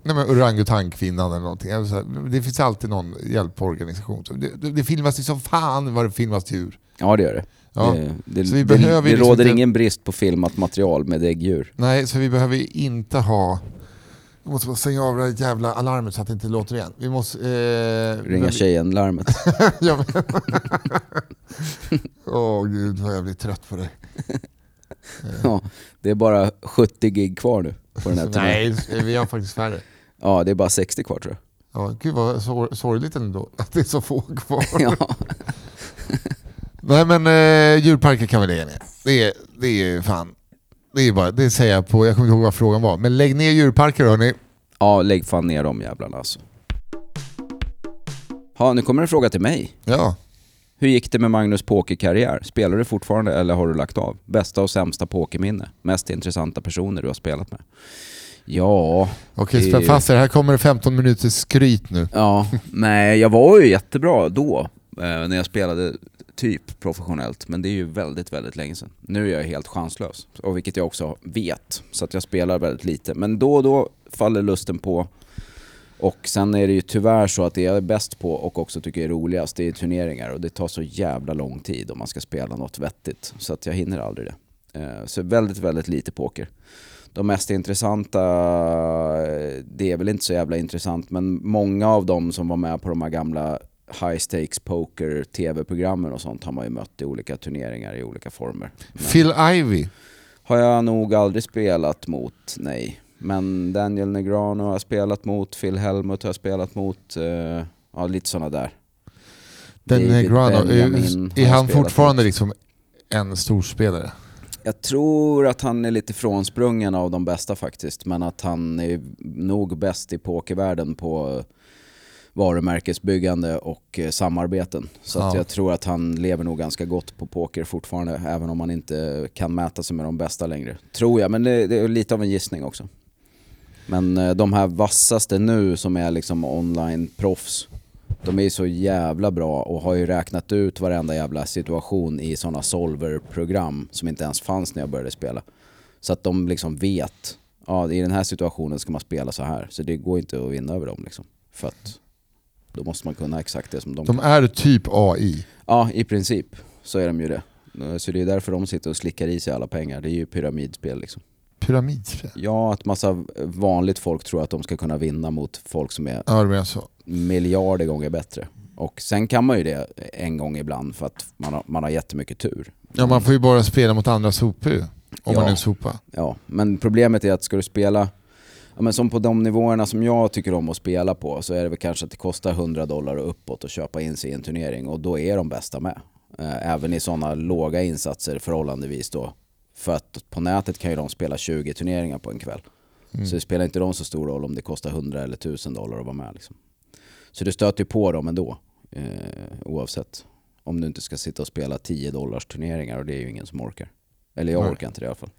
[SPEAKER 1] Nej men orangutankvinnan eller någonting. Alltså, så här, det finns alltid någon hjälporganisation. som- Det, det, det filmas ju som fan vad det filmas djur.
[SPEAKER 2] Ja det gör det.
[SPEAKER 1] Ja.
[SPEAKER 2] Det, det,
[SPEAKER 1] Så vi
[SPEAKER 2] det,
[SPEAKER 1] behöver
[SPEAKER 2] det
[SPEAKER 1] ju liksom
[SPEAKER 2] råder
[SPEAKER 1] inte-
[SPEAKER 2] ingen brist på filmat material med däggdjur.
[SPEAKER 1] Nej så vi behöver ju inte ha Jag måste bara stänga av det här jävla alarmet så att det inte låter igen. Vi måste... Eh,
[SPEAKER 2] Ringa
[SPEAKER 1] men-
[SPEAKER 2] tjejen-larmet.
[SPEAKER 1] Ja, men- Åh gud vad jag blir trött på dig.
[SPEAKER 2] Ja, det är bara 70 gig kvar nu på den här turnén.
[SPEAKER 1] Nej, vi har faktiskt färre.
[SPEAKER 2] Ja, det är bara 60 kvar tror jag.
[SPEAKER 1] Ja, gud vad sor- sorgligt ändå att det är så få kvar.
[SPEAKER 2] Ja,
[SPEAKER 1] Nej men eh, djurparker kan vi lägga ner. Det är, det är ju fan, det är bara, det säger jag på, jag kommer inte ihåg vad frågan var. Men lägg ner djurparker hörni.
[SPEAKER 2] ja lägg fan ner de jävlarna alltså. Ja, nu kommer en fråga till mig.
[SPEAKER 1] Ja,
[SPEAKER 2] Hur gick det med Magnus pokerkarriär? Spelar du fortfarande eller har du lagt av? Bästa och sämsta pokerminne? Mest intressanta personer du har spelat med? Ja,
[SPEAKER 1] okej
[SPEAKER 2] Det är
[SPEAKER 1] spänn
[SPEAKER 2] ju-
[SPEAKER 1] fast er. Här kommer det 15 minuters skryt nu.
[SPEAKER 2] ja, nej jag var ju jättebra då eh, när jag spelade typ professionellt. Men det är ju väldigt, väldigt länge sedan. Nu är jag helt chanslös, och vilket jag också vet. Så att jag spelar väldigt lite. Men då och då faller lusten på. Och sen är det ju tyvärr så att det jag är bäst på och också tycker är roligast, det är turneringar. Och det tar så jävla lång tid om man ska spela något vettigt. Så att jag hinner aldrig det. Eh, Så väldigt, väldigt lite poker. De mest intressanta, eh, det är väl inte så jävla intressant, men många av dem som var med på de här gamla high stakes poker tv-programmen och sånt har man ju mött i olika turneringar i olika former. Men
[SPEAKER 1] Phil Ivey.
[SPEAKER 2] har jag nog aldrig spelat mot, nej. Men Daniel Negreanu har jag spelat mot, Phil Helmut har jag spelat mot, eh, ja lite sådana där.
[SPEAKER 1] Den
[SPEAKER 2] David
[SPEAKER 1] Grano,
[SPEAKER 2] Benjamin har
[SPEAKER 1] är
[SPEAKER 2] jag
[SPEAKER 1] han
[SPEAKER 2] spelat
[SPEAKER 1] fortfarande liksom en storspelare?
[SPEAKER 2] Jag tror att han är lite frånsprungen av de bästa faktiskt, men att han är nog bäst i pokervärlden på eh, varumärkesbyggande och eh, samarbeten. Så att
[SPEAKER 1] Ja.
[SPEAKER 2] jag tror att han lever nog ganska gott på poker fortfarande, även om han inte kan mäta sig med de bästa längre. Tror jag, men det, det är lite av en gissning också. Men eh, de här vassaste nu som är liksom online-proffs, de är ju så jävla bra och har ju räknat ut varenda jävla situation i sådana solver-program som inte ens fanns när jag började spela. Så att de liksom vet, ja i den här situationen ska man spela så här. Så det går inte att vinna över dem liksom. För att då måste man kunna exakt det som de...
[SPEAKER 1] De är typ AI.
[SPEAKER 2] Ja, i princip så är de ju det. Så det är därför de sitter och slickar i sig alla pengar. Det är ju pyramidspel liksom.
[SPEAKER 1] Pyramidspel.
[SPEAKER 2] Ja, att massa vanligt folk tror att de ska kunna vinna mot folk som är
[SPEAKER 1] Ja, du menar så.
[SPEAKER 2] miljarder gånger bättre. Och sen kan man ju det en gång ibland för att man har, man har jättemycket tur.
[SPEAKER 1] Ja, man får ju bara spela mot andra sopor ju, Om
[SPEAKER 2] Ja.
[SPEAKER 1] man är en sopa.
[SPEAKER 2] Ja, men problemet är att ska du spela, ja, men som på de nivåerna som jag tycker om att spela på så är det väl kanske att det kostar 100 dollar och uppåt att köpa in sig i en turnering och då är de bästa med. Eh, Även i sådana låga insatser förhållandevis då. För att på nätet kan ju de spela 20 turneringar på en kväll. Så det spelar inte dem så stor roll om det kostar 100 eller 1000 dollar att vara med. Liksom. Så du stöter ju på dem ändå, eh, oavsett. Om du inte ska sitta och spela 10 dollars turneringar och det är ju ingen som orkar. Eller jag
[SPEAKER 1] Nej.
[SPEAKER 2] orkar inte det i alla fall.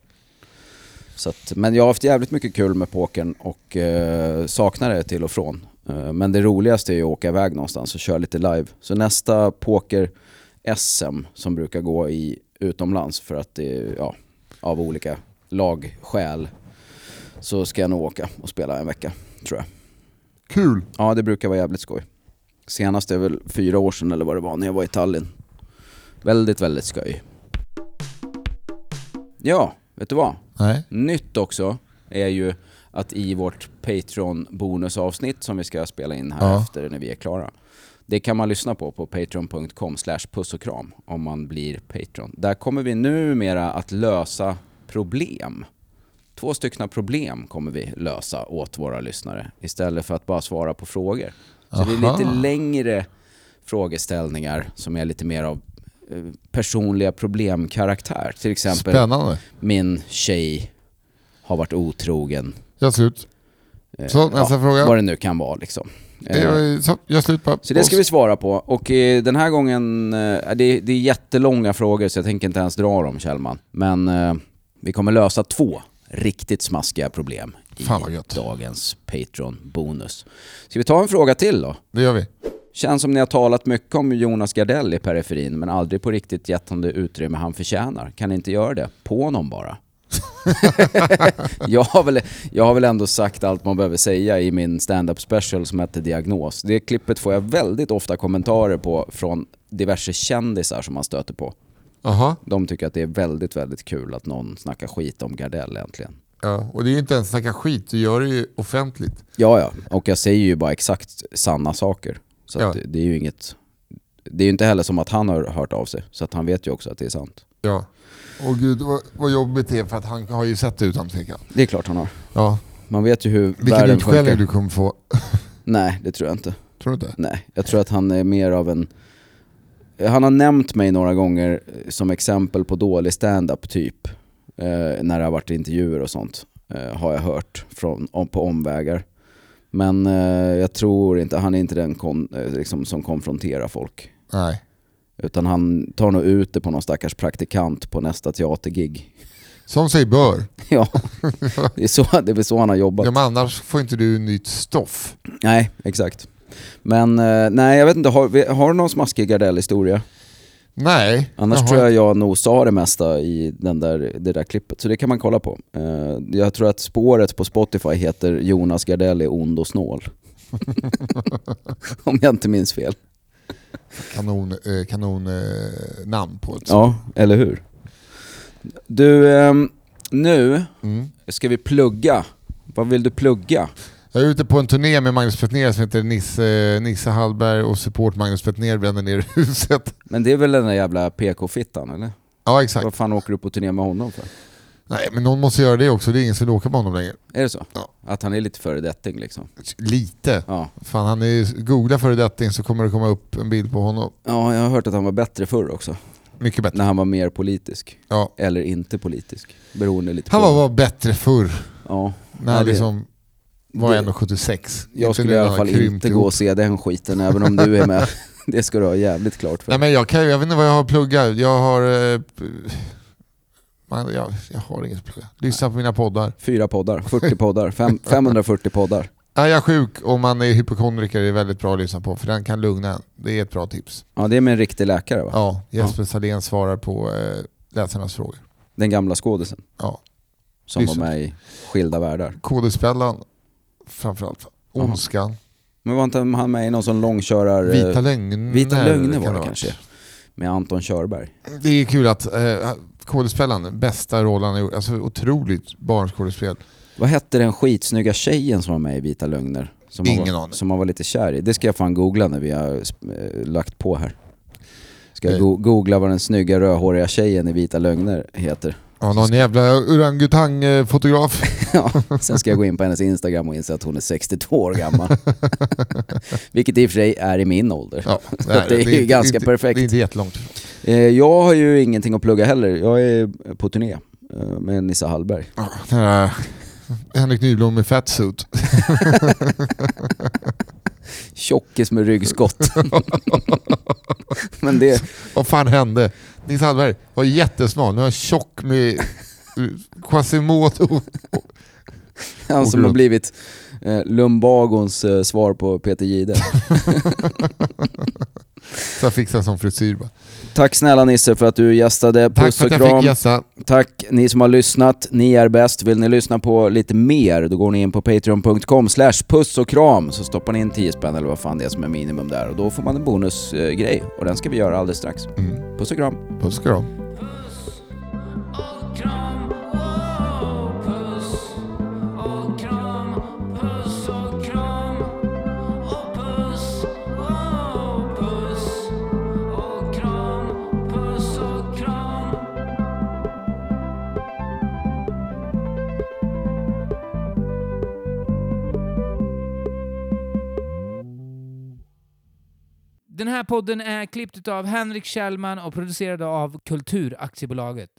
[SPEAKER 2] Så att, men jag har haft jävligt mycket kul med pokern och eh, saknar det till och från. Eh, men det roligaste är ju att åka iväg någonstans och köra lite live. Så nästa poker-SM som brukar gå i utomlands för att det är ja, av olika lagskäl så ska jag nog åka och spela en vecka tror jag.
[SPEAKER 1] Kul!
[SPEAKER 2] Ja, det brukar vara jävligt skoj. Senast är väl fyra år sedan eller vad det var när jag var i Tallinn. Väldigt, väldigt skoj. Ja, vet du vad?
[SPEAKER 1] Nej.
[SPEAKER 2] Nytt också är ju att i vårt Patreon-bonusavsnitt som vi ska spela in här
[SPEAKER 1] Ja.
[SPEAKER 2] efter när vi är klara. Det kan man lyssna på på patreon.com slash puss och kram om man blir Patreon. Där kommer vi numera att lösa problem. Två stycken problem kommer vi lösa åt våra lyssnare istället för att bara svara på frågor. Så det är
[SPEAKER 1] Aha.
[SPEAKER 2] lite längre frågeställningar som är lite mer av eh, personliga problemkaraktär. Till exempel
[SPEAKER 1] Spännande.
[SPEAKER 2] min tjej har varit otrogen.
[SPEAKER 1] Jag är slut.
[SPEAKER 2] Eh,
[SPEAKER 1] Så, nästa fråga.
[SPEAKER 2] Vad det nu kan vara liksom. Eh,
[SPEAKER 1] Det var, så, jag är slut på.
[SPEAKER 2] Så det ska vi svara på. Och eh, den här gången, eh, det, det är jättelånga frågor så jag tänker inte ens dra dem Kjellman. Men eh, vi kommer lösa två riktigt smaskiga problem i
[SPEAKER 1] Fan vad gött.
[SPEAKER 2] dagens Patreon-bonus. Ska vi ta en fråga till då?
[SPEAKER 1] Det gör vi.
[SPEAKER 2] Känns som ni har talat mycket om Jonas Gardell i periferin men aldrig på riktigt gett honom det utrymme han förtjänar. Kan ni inte göra det? På honom bara. jag, har väl, jag har väl ändå sagt allt man behöver säga i min stand-up special som hette Diagnos. Det klippet får jag väldigt ofta kommentarer på från diverse kändisar som man stöter på.
[SPEAKER 1] Jaha.
[SPEAKER 2] De tycker att det är väldigt, väldigt kul att någon snackar skit om Gardell äntligen.
[SPEAKER 1] Ja, och det är ju inte ens snacka skit, du gör det ju offentligt.
[SPEAKER 2] Ja, ja. Och jag säger ju bara exakt sanna saker. Så att
[SPEAKER 1] Ja.
[SPEAKER 2] det, det är ju inget... Det är ju inte heller som att han har hört av sig, så att han vet ju också att det är sant.
[SPEAKER 1] Ja. Och gud vad, vad jobbigt det är för att han har ju sett det utan tvekan.
[SPEAKER 2] Det är klart han har.
[SPEAKER 1] Ja.
[SPEAKER 2] Man vet ju hur
[SPEAKER 1] Vilken
[SPEAKER 2] världen
[SPEAKER 1] utskällning
[SPEAKER 2] funkar.
[SPEAKER 1] du kommer få.
[SPEAKER 2] Nej, det tror jag inte.
[SPEAKER 1] Tror du inte?
[SPEAKER 2] Nej, jag tror att han är mer av en... Han har nämnt mig några gånger eh, som exempel på dålig stand-up typ. Eh, när det har varit intervjuer och sånt. Eh, har jag hört från, om, på omvägar. Men eh, jag tror inte, han är inte den kon, eh, liksom, som konfronterar folk.
[SPEAKER 1] Nej.
[SPEAKER 2] Utan han tar nog ut det på någon stackars praktikant på nästa teatergig.
[SPEAKER 1] Som sig bör.
[SPEAKER 2] ja, det är, så, det är väl så han har jobbat.
[SPEAKER 1] Ja, men annars får inte du nytt stoff.
[SPEAKER 2] Nej, exakt. Men eh, nej, jag vet inte, har, vi- har du någon smaskig Gardell-historia?
[SPEAKER 1] Nej.
[SPEAKER 2] Annars
[SPEAKER 1] Jaha.
[SPEAKER 2] tror jag jag nog sa det mesta i den där, det där klippet, så det kan man kolla på. Eh, jag tror att spåret på Spotify heter Jonas Gardell är ond och snål. Om jag inte minns fel.
[SPEAKER 1] Kanon, eh, kanon eh, namn på ett
[SPEAKER 2] Ja, eller hur? Du, ehm, nu
[SPEAKER 1] mm.
[SPEAKER 2] ska vi plugga. Vad vill du plugga?
[SPEAKER 1] Jag är ute på en turné med Magnus Petner som heter Nisse, Nisse Hallberg och support Magnus Petner bränner ner huset.
[SPEAKER 2] Men det är väl den där jävla PK-fittan eller?
[SPEAKER 1] Ja exakt.
[SPEAKER 2] Vad fan åker du på turné med honom för?
[SPEAKER 1] Nej men någon måste göra det också, det är ingen som vill åka med honom längre.
[SPEAKER 2] Är det så?
[SPEAKER 1] Ja.
[SPEAKER 2] Att han är lite föredetting liksom?
[SPEAKER 1] Lite.
[SPEAKER 2] Ja.
[SPEAKER 1] Fan han är, googla föredetting så kommer det komma upp en bild på honom.
[SPEAKER 2] ja, jag har hört att han var bättre förr också.
[SPEAKER 1] Mycket bättre.
[SPEAKER 2] När han var mer politisk.
[SPEAKER 1] Ja.
[SPEAKER 2] Eller inte politisk. Beroende lite
[SPEAKER 1] Han
[SPEAKER 2] på.
[SPEAKER 1] var, var bättre förr,
[SPEAKER 2] Ja.
[SPEAKER 1] när
[SPEAKER 2] Ja,
[SPEAKER 1] han
[SPEAKER 2] det-
[SPEAKER 1] liksom var
[SPEAKER 2] det-
[SPEAKER 1] 1,76.
[SPEAKER 2] Jag
[SPEAKER 1] Inte
[SPEAKER 2] skulle
[SPEAKER 1] nu
[SPEAKER 2] i
[SPEAKER 1] när
[SPEAKER 2] alla
[SPEAKER 1] han
[SPEAKER 2] fall
[SPEAKER 1] har krympt
[SPEAKER 2] inte gå
[SPEAKER 1] ihop.
[SPEAKER 2] och se den skiten även om du är med. Det ska du ha jävligt klart för.
[SPEAKER 1] Nej men jag kan ju- jag vet inte vad jag har att plugga. Jag har... Eh, man, jag, jag har inget att plugga. Lyssna på mina poddar.
[SPEAKER 2] Fyra poddar, 40 poddar, fem, 540 poddar.
[SPEAKER 1] Är jag sjuk och man är hypokondriker är det väldigt bra att lyssna på för den kan lugna en. Det är ett bra tips.
[SPEAKER 2] Ja, det är med en riktig läkare va?
[SPEAKER 1] Ja, Jesper Sahlén svarar på eh, läsarnas frågor.
[SPEAKER 2] Den gamla skådisen
[SPEAKER 1] Ja.
[SPEAKER 2] som var
[SPEAKER 1] Lyssna.
[SPEAKER 2] med i Skilda Världar.
[SPEAKER 1] Kodespelaren framförallt.
[SPEAKER 2] Jaha. Eh,
[SPEAKER 1] Ondskan.
[SPEAKER 2] Men var inte han med i någon sån långkörar... eh,
[SPEAKER 1] Vita lögner.
[SPEAKER 2] Vita lögner
[SPEAKER 1] kan
[SPEAKER 2] var det
[SPEAKER 1] ha.
[SPEAKER 2] kanske. Med Anton Körberg.
[SPEAKER 1] Det är kul att eh, kodespelaren, bästa rollen han har gjort. Alltså otroligt barnskådespel.
[SPEAKER 2] Vad hette den skitsnygga tjejen som var med i Vita Lögner? Som man
[SPEAKER 1] Ingen
[SPEAKER 2] var,
[SPEAKER 1] aning.
[SPEAKER 2] Som man var lite kär i. Det ska jag fan googla när vi har eh, lagt på här. Ska jag
[SPEAKER 1] Eh.
[SPEAKER 2] go- googla vad den snygga rödhåriga tjejen i Vita Lögner heter.
[SPEAKER 1] Ja, någon jävla orangutang-fotograf.
[SPEAKER 2] Ja, sen ska jag gå in på hennes Instagram och inse att hon är 62 år gammal. Vilket i och för sig är i min ålder.
[SPEAKER 1] Ja,
[SPEAKER 2] det är ju
[SPEAKER 1] inte-
[SPEAKER 2] ganska
[SPEAKER 1] inte,
[SPEAKER 2] perfekt.
[SPEAKER 1] Det är inte jättelångt.
[SPEAKER 2] Eh, Jag har ju ingenting att plugga heller. Jag är på turné eh, med Nissa Hallberg.
[SPEAKER 1] Ja, den här Henrik Nyblom med fatsuit.
[SPEAKER 2] Tjockis med ryggskott. Men det,
[SPEAKER 1] Vad fan hände? Nils Hallberg var jättesmal, nu är han tjock med Quasimodo.
[SPEAKER 2] Han som har blivit eh, Lumbagons eh, svar på Peter Jihde.
[SPEAKER 1] Så jag fixade som frisyr bara.
[SPEAKER 2] Tack snälla Nisse för att du gästade.
[SPEAKER 1] Tack
[SPEAKER 2] Puss
[SPEAKER 1] för
[SPEAKER 2] och
[SPEAKER 1] att jag
[SPEAKER 2] kram.
[SPEAKER 1] fick gästa.
[SPEAKER 2] Tack ni som har lyssnat. Ni är bäst. Vill ni lyssna på lite mer då går ni in på patreon.com slash puss och kram så stoppar ni in 10 spänn eller vad fan det är som är minimum där och då får man en bonusgrej och den ska vi göra alldeles strax.
[SPEAKER 1] Mm.
[SPEAKER 2] Puss och kram.
[SPEAKER 1] Puss och kram.
[SPEAKER 3] Den här podden är klippt av Henrik Kjellman och producerad av Kulturaktiebolaget.